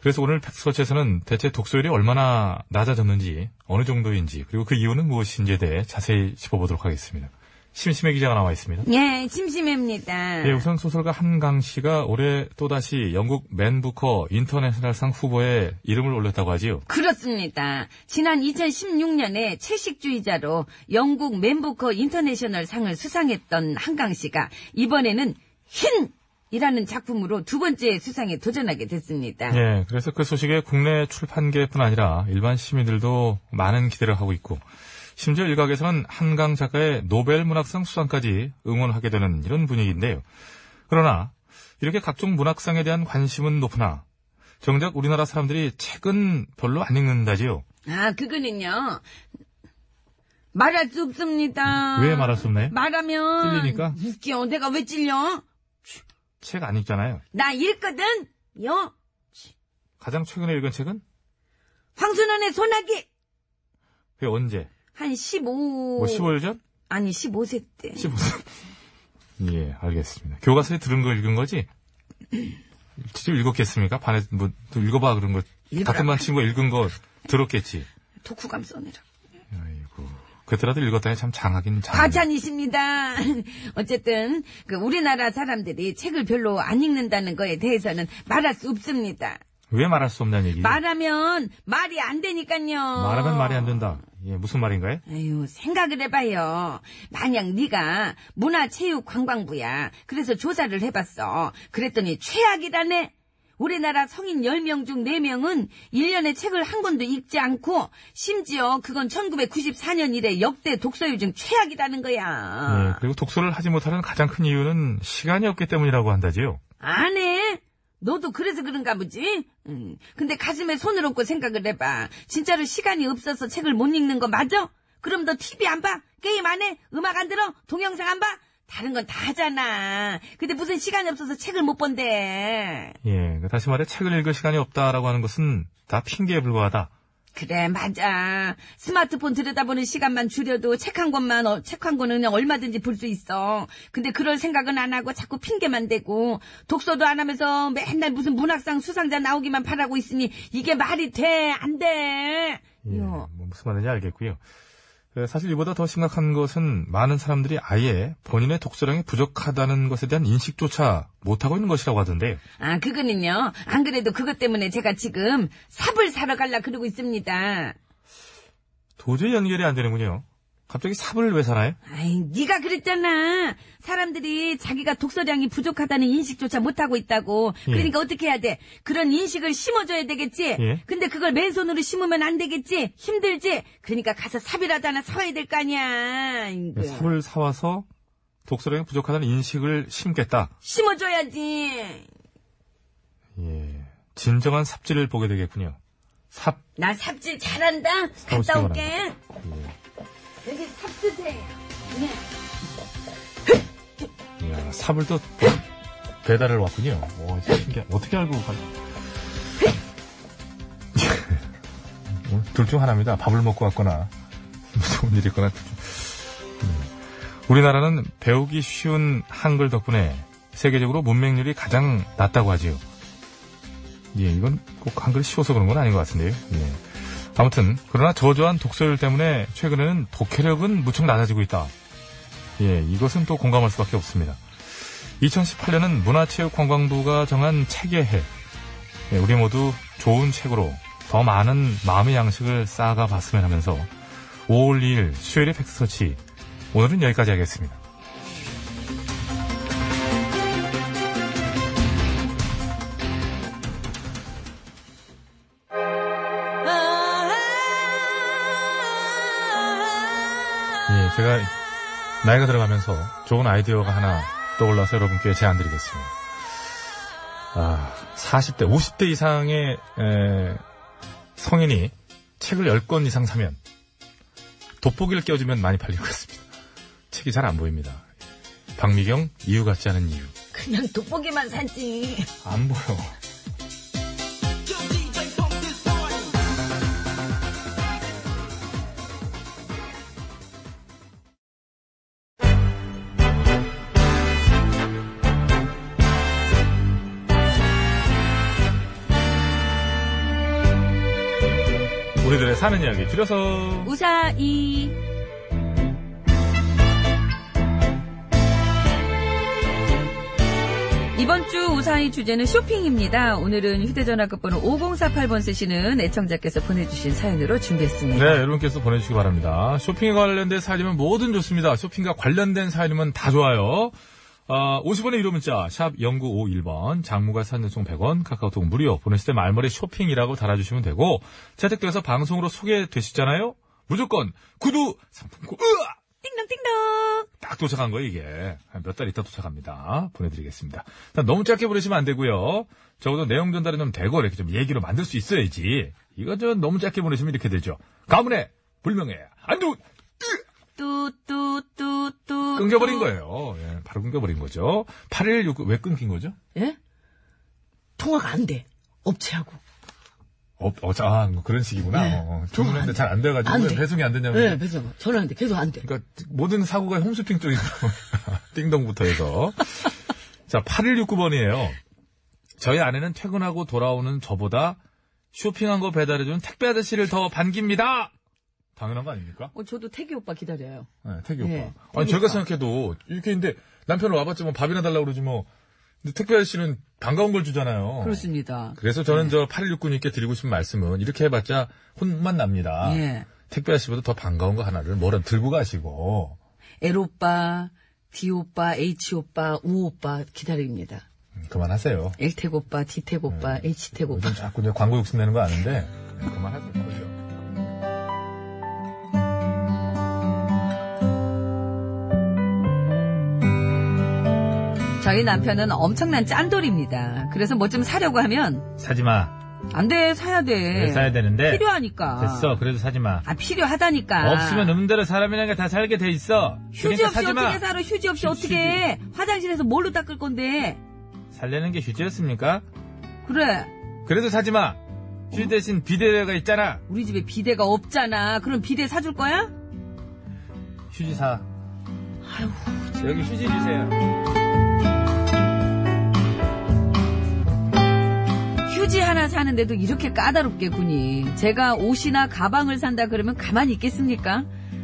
Speaker 5: 그래서 오늘 팩스워치에서는 대체 독서율이 얼마나 낮아졌는지, 어느 정도인지, 그리고 그 이유는 무엇인지에 대해 자세히 짚어보도록 하겠습니다. 심심해 기자가 나와 있습니다.
Speaker 4: 예, 심심해입니다.
Speaker 5: 예, 우선 소설가 한강 씨가 올해 또다시 영국 맨부커 인터내셔널상 후보에 이름을 올렸다고 하지요.
Speaker 4: 그렇습니다. 지난 2016년에 채식주의자로 영국 맨부커 인터내셔널 상을 수상했던 한강 씨가 이번에는 흰! 이라는 작품으로 두 번째 수상에 도전하게 됐습니다.
Speaker 5: 예, 그래서 그 소식에 국내 출판계뿐 아니라 일반 시민들도 많은 기대를 하고 있고, 심지어 일각에서는 한강 작가의 노벨 문학상 수상까지 응원하게 되는 이런 분위기인데요. 그러나, 이렇게 각종 문학상에 대한 관심은 높으나, 정작 우리나라 사람들이 책은 별로 안 읽는다지요.
Speaker 4: 아, 그거는요. 말할 수 없습니다.
Speaker 5: 음, 왜 말할 수 없나요?
Speaker 4: 말하면.
Speaker 5: 찔리니까?
Speaker 4: 웃겨. 내가 왜 찔려?
Speaker 5: 책 안 읽잖아요.
Speaker 4: 나 읽거든? 요.
Speaker 5: 가장 최근에 읽은 책은?
Speaker 4: 황순원의 소나기!
Speaker 5: 왜 언제?
Speaker 4: 한 15.
Speaker 5: 뭐 15일 전?
Speaker 4: 아니, 15세 때.
Speaker 5: 15세. 예, 알겠습니다. 교과서에 들은 거 읽은 거지? 직접 읽었겠습니까? 반에, 뭐, 또 읽어봐, 그런 거.
Speaker 4: 일부러
Speaker 5: 같은 반 친구가 읽은 거 들었겠지.
Speaker 4: 독후감 써내라.
Speaker 5: 아이고. 그때라도 읽었다니 참 장하긴 장.
Speaker 4: 과찬이십니다. 어쨌든 그 우리나라 사람들이 책을 별로 안 읽는다는 거에 대해서는 말할 수 없습니다.
Speaker 5: 왜 말할 수 없냐는 얘기.
Speaker 4: 말하면 말이 안 되니까요.
Speaker 5: 예. 말하면 말이 안 된다. 예, 무슨 말인가요?
Speaker 4: 아유, 생각을 해봐요. 만약 네가 문화체육관광부야. 그래서 조사를 해봤어. 그랬더니 최악이라네. 우리나라 성인 10명 중 4명은 1년에 책을 한 권도 읽지 않고 심지어 그건 1994년 이래 역대 독서율 중 최악이라는
Speaker 5: 예,
Speaker 4: 거야.
Speaker 5: 그리고 독서를 하지 못하는 가장 큰 이유는 시간이 없기 때문이라고 한다지요.
Speaker 4: 안 해? 너도 그래서 그런가 보지? 음, 근데 가슴에 손을 얹고 생각을 해봐. 진짜로 시간이 없어서 책을 못 읽는 거 맞아? 그럼 너 TV 안 봐? 게임 안 해? 음악 안 들어? 동영상 안 봐? 다른 건 다 하잖아. 근데 무슨 시간이 없어서 책을 못 본대.
Speaker 5: 예, 그 다시 말해 책을 읽을 시간이 없다라고 하는 것은 다 핑계에 불과하다.
Speaker 4: 그래, 맞아. 스마트폰 들여다보는 시간만 줄여도 책 한 권만, 어, 책 한 권은 그냥 얼마든지 볼 수 있어. 근데 그럴 생각은 안 하고 자꾸 핑계만 대고, 독서도 안 하면서 맨날 무슨 문학상 수상자 나오기만 바라고 있으니, 이게 말이 돼, 안 돼.
Speaker 5: 예,
Speaker 4: 요.
Speaker 5: 뭐 무슨 말인지 알겠고요. 에, 사실 이보다 더 심각한 것은 많은 사람들이 아예 본인의 독서량이 부족하다는 것에 대한 인식조차 못하고 있는 것이라고 하던데요.
Speaker 4: 아, 그거는요. 안 그래도 그것 때문에 제가 지금 삽을 사러 갈라 그러고 있습니다.
Speaker 5: 도저히 연결이 안 되는군요. 갑자기 삽을 왜 사나요?
Speaker 4: 아이, 네가 그랬잖아. 사람들이 자기가 독서량이 부족하다는 인식조차 못하고 있다고.
Speaker 5: 예.
Speaker 4: 그러니까 어떻게 해야 돼? 그런 인식을 심어줘야 되겠지.
Speaker 5: 예.
Speaker 4: 근데 그걸 맨손으로 심으면 안 되겠지. 힘들지. 그러니까 가서 삽이라도 하나 사와야 될 거 아니야. 아이고.
Speaker 5: 예, 삽을 사와서 독서량이 부족하다는 인식을 심겠다.
Speaker 4: 심어줘야지.
Speaker 5: 예. 진정한 삽질을 보게 되겠군요. 삽.
Speaker 13: 나 삽질 잘한다.
Speaker 5: 삽질
Speaker 13: 갔다 올게.
Speaker 5: 예.
Speaker 13: 여기 삽 드세요.
Speaker 5: 이야, 삽을 또 배달을 왔군요. 오, 진짜 신기하. 어떻게 알고 가? 둘중 하나입니다. 밥을 먹고 왔거나 무서운 일이 있거나 둘 중. 음. 우리나라는 배우기 쉬운 한글 덕분에 세계적으로 문맹률이 가장 낮다고 하지요. 예, 이건 꼭 한글 쉬워서 그런 건 아닌 것 같은데요. 예. 아무튼 그러나 저조한 독서율 때문에 최근에는 독해력은 무척 낮아지고 있다. 예, 이것은 또 공감할 수밖에 없습니다. 2018년은 문화체육관광부가 정한 책의 해. 예, 우리 모두 좋은 책으로 더 많은 마음의 양식을 쌓아가 봤으면 하면서 5월 2일 수요일의 팩스터치 오늘은 여기까지 하겠습니다. 예, 제가 나이가 들어가면서 좋은 아이디어가 하나 떠올라서 여러분께 제안드리겠습니다. 아, 40대, 50대 이상의 에, 성인이 책을 10권 이상 사면 돋보기를 껴주면 많이 팔릴 것 같습니다. 책이 잘 안 보입니다. 박미경, 이유 같지 않은 이유.
Speaker 13: 그냥 돋보기만 산지.
Speaker 5: 안 보여. 우리들의 사는 이야기 줄여서
Speaker 13: 우사이.
Speaker 4: 이번 주 우사의 주제는 쇼핑입니다. 오늘은 휴대전화 끝번호 5048번 쓰시는 애청자께서 보내주신 사연으로 준비했습니다.
Speaker 5: 네, 여러분께서 보내주시기 바랍니다. 쇼핑에 관련된 사연이면 뭐든 좋습니다. 쇼핑과 관련된 사연이면 다 좋아요. 아, 50원의 유료 문자, 샵 0951번, 장무가 산전송 100원, 카카오톡 무료, 보내실 때 말머리 쇼핑이라고 달아주시면 되고, 채택돼서 방송으로 소개되시잖아요? 무조건 구두 상품권, 으아!
Speaker 4: 띵동띵동.
Speaker 5: 딱 도착한 거예요, 이게. 몇 달 있다 도착합니다. 보내드리겠습니다. 일단 너무 짧게 보내시면 안 되고요. 적어도 내용 전달이 좀 되고, 이렇게 좀 얘기로 만들 수 있어야지. 이거 좀 너무 짧게 보내시면 이렇게 되죠. 가문에, 불명예, 안두!
Speaker 4: 뚜뚜뚜뚜.
Speaker 5: 끊겨버린 거예요. 예, 바로 끊겨버린 거죠. 8169, 왜 끊긴 거죠?
Speaker 4: 예? 통화가 안 돼. 업체하고.
Speaker 5: 어, 어, 자, 아, 뭐 그런 식이구나.
Speaker 4: 네.
Speaker 5: 어, 주문했는데 잘 안
Speaker 4: 안
Speaker 5: 돼가지고 왜
Speaker 4: 돼.
Speaker 5: 배송이 안 되냐면.
Speaker 4: 예, 그래서 전화 안 돼. 계속 안 돼.
Speaker 5: 그러니까 모든 사고가 홈쇼핑 쪽이고 띵동부터 해서 자 8169번이에요. 저희 아내는 퇴근하고 돌아오는 저보다 쇼핑한 거 배달해준 택배 아저씨를 더 반깁니다. 당연한 거 아닙니까?
Speaker 4: 어, 저도 태기 오빠 기다려요.
Speaker 5: 네, 태기 오빠.
Speaker 4: 네,
Speaker 5: 아니
Speaker 4: 태기
Speaker 5: 제가
Speaker 4: 오빠.
Speaker 5: 생각해도 이렇게 있는데 남편은 와봤지 뭐 밥이나 달라고 그러지 뭐. 근데 택배 아저씨는 반가운 걸 주잖아요.
Speaker 4: 그렇습니다. 네.
Speaker 5: 그래서 저는 저 8169님께 드리고 싶은 말씀은 이렇게 해봤자 혼만 납니다.
Speaker 4: 예.
Speaker 5: 택배 아저씨보다 더 반가운 거 하나를 뭐라 들고 가시고
Speaker 4: L 오빠, D 오빠, H 오빠, U 오빠 기다립니다.
Speaker 5: 음, 그만하세요.
Speaker 4: L 택 오빠, D 택 오빠, H 택 오빠.
Speaker 5: 요즘 자꾸 이제 광고 욕심 내는 거 아는데 네, 그만하세요. 그죠?
Speaker 4: 저희 남편은 엄청난 짠돌입니다. 그래서 뭐 좀 사려고 하면
Speaker 5: 사지 마.
Speaker 4: 안 돼, 사야 돼.
Speaker 5: 네. 사야 되는데
Speaker 4: 필요하니까.
Speaker 5: 됐어. 그래도 사지 마.
Speaker 4: 아, 필요하다니까.
Speaker 5: 없으면 없는 대로 사람이란 게 다 살게 돼 있어.
Speaker 4: 휴지
Speaker 5: 그러니까
Speaker 4: 없이
Speaker 5: 사지
Speaker 4: 어떻게
Speaker 5: 마.
Speaker 4: 살아? 휴지
Speaker 5: 휴지.
Speaker 4: 없이 어떻게 해? 화장실에서 뭘로 닦을 건데?
Speaker 5: 살려는 게 휴지였습니까?
Speaker 4: 그래.
Speaker 5: 그래도 사지 마. 휴지 대신 비데레가 있잖아.
Speaker 4: 우리 집에 비데가 없잖아. 그럼 비데 사줄 거야?
Speaker 5: 휴지 사. 아유. 여기 휴지 주세요.
Speaker 4: 휴지 하나 사는데도 이렇게 까다롭게 군이 제가 옷이나 가방을 산다 그러면 가만히 있겠습니까?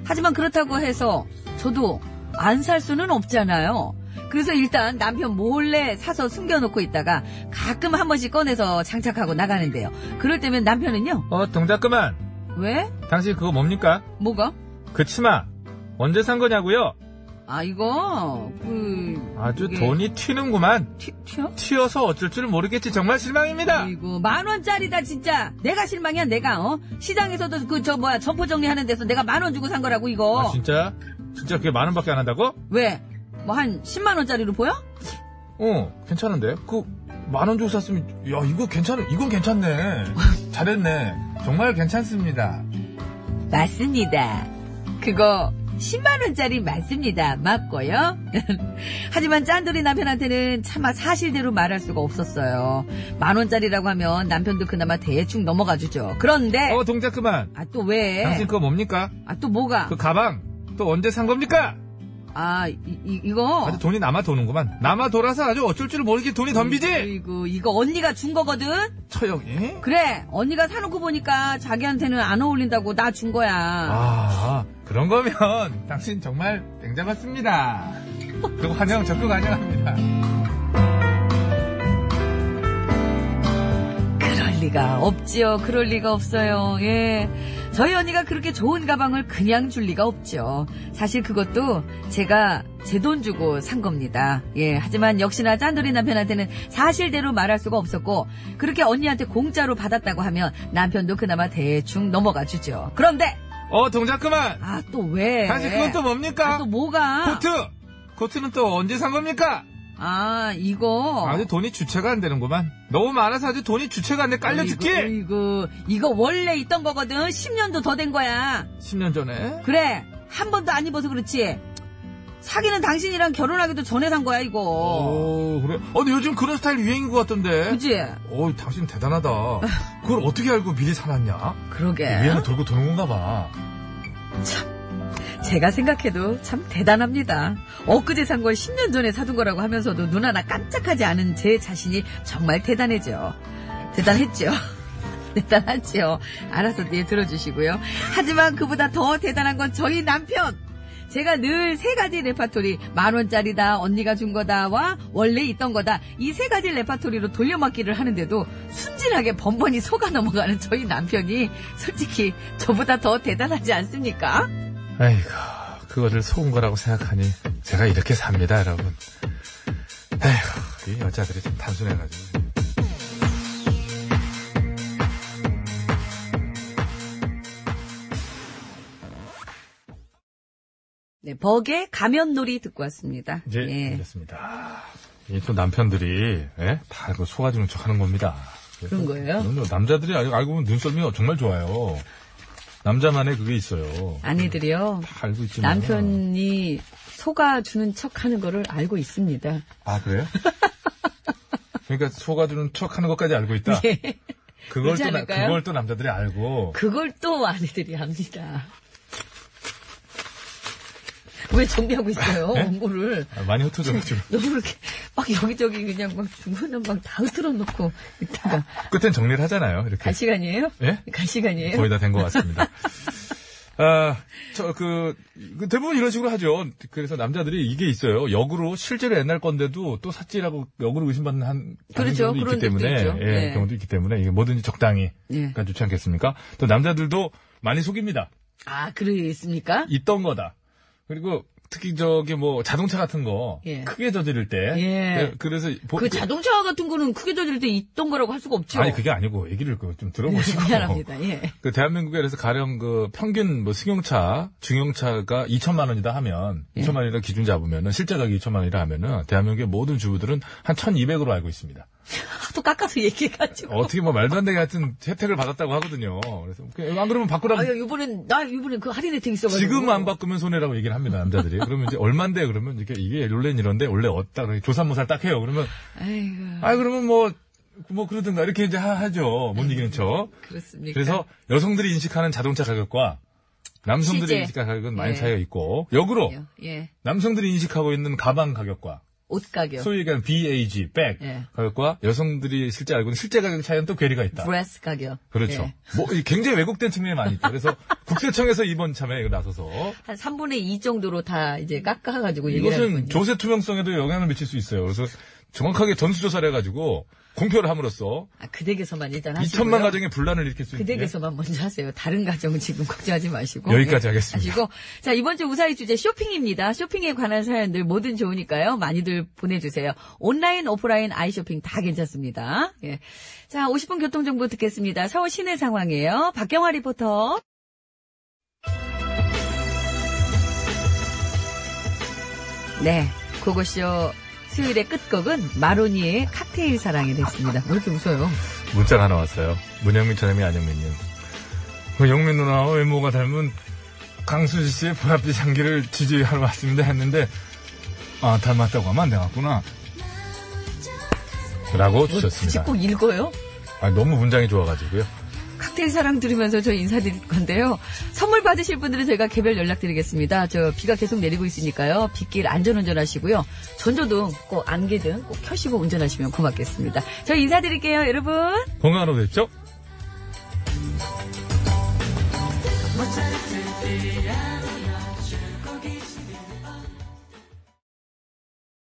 Speaker 4: 하지만 그렇다고 해서 저도 안 살 수는 없잖아요. 그래서 일단 남편 몰래 사서 숨겨놓고 있다가 가끔 한 번씩 꺼내서 장착하고 나가는데요. 그럴 때면 남편은요?
Speaker 5: 어 동작 그만.
Speaker 4: 왜?
Speaker 5: 당신 그거 뭡니까?
Speaker 4: 뭐가?
Speaker 5: 그 치마 언제 산 거냐고요?
Speaker 4: 아 이거 그
Speaker 5: 아주
Speaker 4: 이게
Speaker 5: 돈이 튀는구만.
Speaker 4: 튀, 튀어?
Speaker 5: 튀어서 어쩔 줄 모르겠지. 정말 실망입니다.
Speaker 4: 아이고 만 원짜리다 진짜 내가 실망이야 내가 어 시장에서도 그 저 뭐야 점포 정리하는 데서 내가 만 원 주고 산 거라고 이거
Speaker 5: 아 진짜? 진짜 그게 만 원밖에 안 한다고?
Speaker 4: 왜? 뭐 한 10만 원짜리로 보여?
Speaker 5: 어 괜찮은데? 그 만 원 주고 샀으면 야 이거 괜찮 이건 괜찮네. 잘했네.
Speaker 1: 정말 괜찮습니다.
Speaker 4: 네. 맞습니다. 그거 10만원짜리 맞습니다. 맞고요. 하지만 짠돌이 남편한테는 차마 사실대로 말할 수가 없었어요. 만원짜리라고 하면 남편도 그나마 대충 넘어가 주죠. 그런데,
Speaker 1: 어, 동작 그만.
Speaker 4: 아, 또 왜?
Speaker 1: 당신 그거 뭡니까?
Speaker 4: 아, 또 뭐가?
Speaker 1: 그 가방 또 언제 산 겁니까?
Speaker 4: 아, 이, 이, 거
Speaker 1: 아주 돈이 남아 도는구만. 남아 돌아서 아주 어쩔 줄 모르게 돈이 덤비지.
Speaker 4: 그리고 이거 언니가 준 거거든?
Speaker 1: 처형이.
Speaker 4: 그래, 언니가 사놓고 보니까 자기한테는 안 어울린다고 나 준 거야.
Speaker 1: 아 그런 거면 당신 정말 냉잡았습니다. 그리고 환영 적극 환영합니다.
Speaker 4: 그럴 리가 없지요. 그럴 리가 없어요. 예. 저희 언니가 그렇게 좋은 가방을 그냥 줄 리가 없죠. 사실 그것도 제가 제 돈 주고 산 겁니다. 예. 하지만 역시나 짠돌이 남편한테는 사실대로 말할 수가 없었고 그렇게 언니한테 공짜로 받았다고 하면 남편도 그나마 대충 넘어가 주죠. 그런데
Speaker 1: 어 동작 그만.
Speaker 4: 아 또 왜?
Speaker 1: 당신 그건 또 뭡니까?
Speaker 4: 아, 또 뭐가?
Speaker 1: 코트. 코트는 또 언제 산 겁니까?
Speaker 4: 아 이거
Speaker 1: 아주 돈이 주체가 안 되는구만. 너무 많아서 아주 돈이 주체가 안 돼 깔려
Speaker 4: 그
Speaker 1: 죽기.
Speaker 4: 이거 이거 원래 있던 거거든. 10년도 더 된 거야.
Speaker 1: 10년 전에.
Speaker 4: 그래 한 번도 안 입어서 그렇지 사귀는 당신이랑 결혼하기도 전에 산 거야 이거
Speaker 1: 오 그래. 어 근데 요즘 그런 스타일 유행인 것 같던데.
Speaker 4: 그지
Speaker 1: 오 당신 대단하다. 그걸 어떻게 알고 미리 사놨냐?
Speaker 4: 그러게
Speaker 1: 얘는 돌고 도는 건가 봐.
Speaker 4: 제가 생각해도 참 대단합니다 엊그제 산 걸 10년 전에 사둔 거라고 하면서도 눈 하나 깜짝하지 않은 제 자신이 정말 대단해져 대단했죠 대단하지요 알아서 네 들어주시고요 하지만 그보다 더 대단한 건 저희 남편 제가 늘 세 가지 레파토리 만 원짜리다 언니가 준 거다와 원래 있던 거다 이 세 가지 레파토리로 돌려막기를 하는데도 순진하게 번번이 속아 넘어가는 저희 남편이 솔직히 저보다 더 대단하지 않습니까?
Speaker 1: 아이고 그거를 속은 거라고 생각하니 제가 이렇게 삽니다 여러분. 에휴 이 여자들이 참 단순해가지고.
Speaker 4: 네, 버게 가면놀이 듣고 왔습니다. 예.
Speaker 5: 이제 알겠습니다. 이게 또 남편들이 예? 다 이거 속아주는 척하는 겁니다.
Speaker 4: 그런 거예요?
Speaker 5: 그럼요. 남자들이 알- 알고 보면 눈썰미 정말 좋아요. 남자만의 그게 있어요.
Speaker 4: 아니들이요.
Speaker 5: 다 알고 있지만
Speaker 4: 남편이 속아주는 척 하는 거를 알고 있습니다.
Speaker 5: 아 그래요? 그러니까 속아주는 척하는 것까지 알고 있다. 그걸
Speaker 4: 예. 그렇지
Speaker 5: 또 나-
Speaker 4: 않을까요?
Speaker 5: 그걸 또 남자들이 알고
Speaker 4: 그걸 또 아내들이 합니다. 왜 정리하고 있어요?
Speaker 5: 예?
Speaker 4: 원고를.
Speaker 5: 아, 많이 흩어져가지고
Speaker 4: 너무 이렇게 막 여기저기 그냥 막 중구난방 다 흐트러 놓고
Speaker 5: 네.
Speaker 4: 있다가
Speaker 5: 끝엔 정리를 하잖아요. 이렇게
Speaker 4: 갈 시간이에요?
Speaker 5: 예?
Speaker 4: 갈 시간이에요?
Speaker 5: 거의 다 된 것 같습니다. 아, 저, 그, 그 대부분 이런 식으로 하죠. 그래서 남자들이 이게 있어요. 역으로, 실제로 옛날 건데도 또 샀지라고 역으로 의심받는 한,
Speaker 4: 그렇죠.
Speaker 5: 경우도
Speaker 4: 그런
Speaker 5: 있기
Speaker 4: 일도
Speaker 5: 때문에,
Speaker 4: 있죠.
Speaker 5: 예,
Speaker 4: 예.
Speaker 5: 경우도 있기 때문에, 이게 뭐든지 적당히,
Speaker 4: 예.
Speaker 5: 그러니까 좋지 않겠습니까? 또 남자들도 많이 속입니다.
Speaker 4: 아, 그러겠습니까?
Speaker 5: 있던 거다. 그리고, 특히 저기 뭐, 자동차 같은 거,
Speaker 4: 예.
Speaker 5: 크게 저지를 때,
Speaker 4: 예.
Speaker 5: 그래서, 보-
Speaker 4: 그 자동차 같은 거는 크게 저질 때 있던 거라고 할 수가 없죠.
Speaker 5: 뭐 아니, 그게 아니고, 얘기를 그 좀 들어보시고.
Speaker 4: 미안합니다. 예.
Speaker 5: 그 대한민국에 그래서 가령 그 평균 뭐 승용차, 중형차가 2천만 원이다 하면
Speaker 4: 예.
Speaker 5: 2천만 원이라 기준 잡으면은 실제 가격 2천만 원이라 하면은 대한민국의 모든 주부들은 한 1,200으로 알고 있습니다.
Speaker 4: 하도 깎아서 얘기해가지고.
Speaker 5: 어떻게 뭐 말도 안 되게 하여튼 혜택을 받았다고 하거든요. 그래서 뭐 그냥 안 그러면 바꾸라고
Speaker 4: 아유, 이번엔, 나 이번엔 그 할인 혜택 있어가지고.
Speaker 5: 지금 안 바꾸면 손해라고 얘기를 합니다 남자들이. 그러면 이제 얼만데 그러면 이렇게 이게 원래는 이런데 원래 어따 그러니 조삼모살 딱 해요. 그러면
Speaker 4: 아이고,
Speaker 5: 아 그러면 뭐 뭐 그러든가 이렇게 이제 하- 하죠 못 이기는 척.
Speaker 4: 그렇습니까.
Speaker 5: 그래서 여성들이 인식하는 자동차 가격과 남성들이
Speaker 4: 시제.
Speaker 5: 인식하는 가격은 많이
Speaker 4: 예.
Speaker 5: 차이가 있고 역으로
Speaker 4: 예.
Speaker 5: 남성들이 인식하고 있는 가방 가격과
Speaker 4: 옷 가격.
Speaker 5: 소위 얘기하는 BAG 백
Speaker 4: 예.
Speaker 5: 가격과 여성들이 실제 알고 있는 실제 가격 차이는 또 괴리가 있다.
Speaker 4: 브레스 가격.
Speaker 5: 그렇죠.
Speaker 4: 예.
Speaker 5: 뭐, 이 굉장히 왜곡된 측면이 많이 있다. 그래서 국세청에서 이번 참에 이거 나서서
Speaker 4: 한 3분의 2 정도로 다 이제 깎아가지고 얘기하는
Speaker 5: 이것은 조세 투명성에도 영향을 미칠 수 있어요. 그래서 정확하게 전수조사를 해가지고 공표를 함으로써
Speaker 4: 아, 그 댁에서만 일단 하시고
Speaker 5: 2천만 가정의 분란을 일으킬 수
Speaker 4: 그
Speaker 5: 있는
Speaker 4: 댁에서만 먼저 하세요. 다른 가정은 지금 걱정하지 마시고.
Speaker 5: 여기까지
Speaker 4: 예,
Speaker 5: 하겠습니다.
Speaker 4: 하시고. 자, 이번 주 우사의 주제 쇼핑입니다. 쇼핑에 관한 사연들 뭐든 좋으니까요. 많이들 보내주세요. 온라인, 오프라인, 아이쇼핑 다 괜찮습니다. 예. 자, 50분 교통정보 듣겠습니다. 서울 시내 상황이에요. 박경화 리포터. 네. 그것이요. 수요일의 끝곡은 마로니의 칵테일 사랑이 됐습니다. 왜 이렇게 웃어요?
Speaker 5: 문자가 하나 왔어요. 문영민, 전현미, 안영민님. 그 영민 누나와 외모가 닮은 강수지 씨의 보랏빛 향기를 지지하러 왔습니다 했는데 아 닮았다고 하면 안 되겠구나 라고
Speaker 4: 굳이
Speaker 5: 주셨습니다.
Speaker 4: 꼭 읽어요?
Speaker 5: 아, 너무 문장이 좋아가지고요.
Speaker 4: 칵테일 사랑 드리면서 저 인사드릴 건데요. 선물 받으실 분들은 저희가 개별 연락드리겠습니다. 저 비가 계속 내리고 있으니까요. 빗길 안전운전 하시고요. 전조등 꼭 안개등 꼭 켜시고 운전하시면 고맙겠습니다. 저희 인사드릴게요, 여러분.
Speaker 5: 건강하러 뵙죠.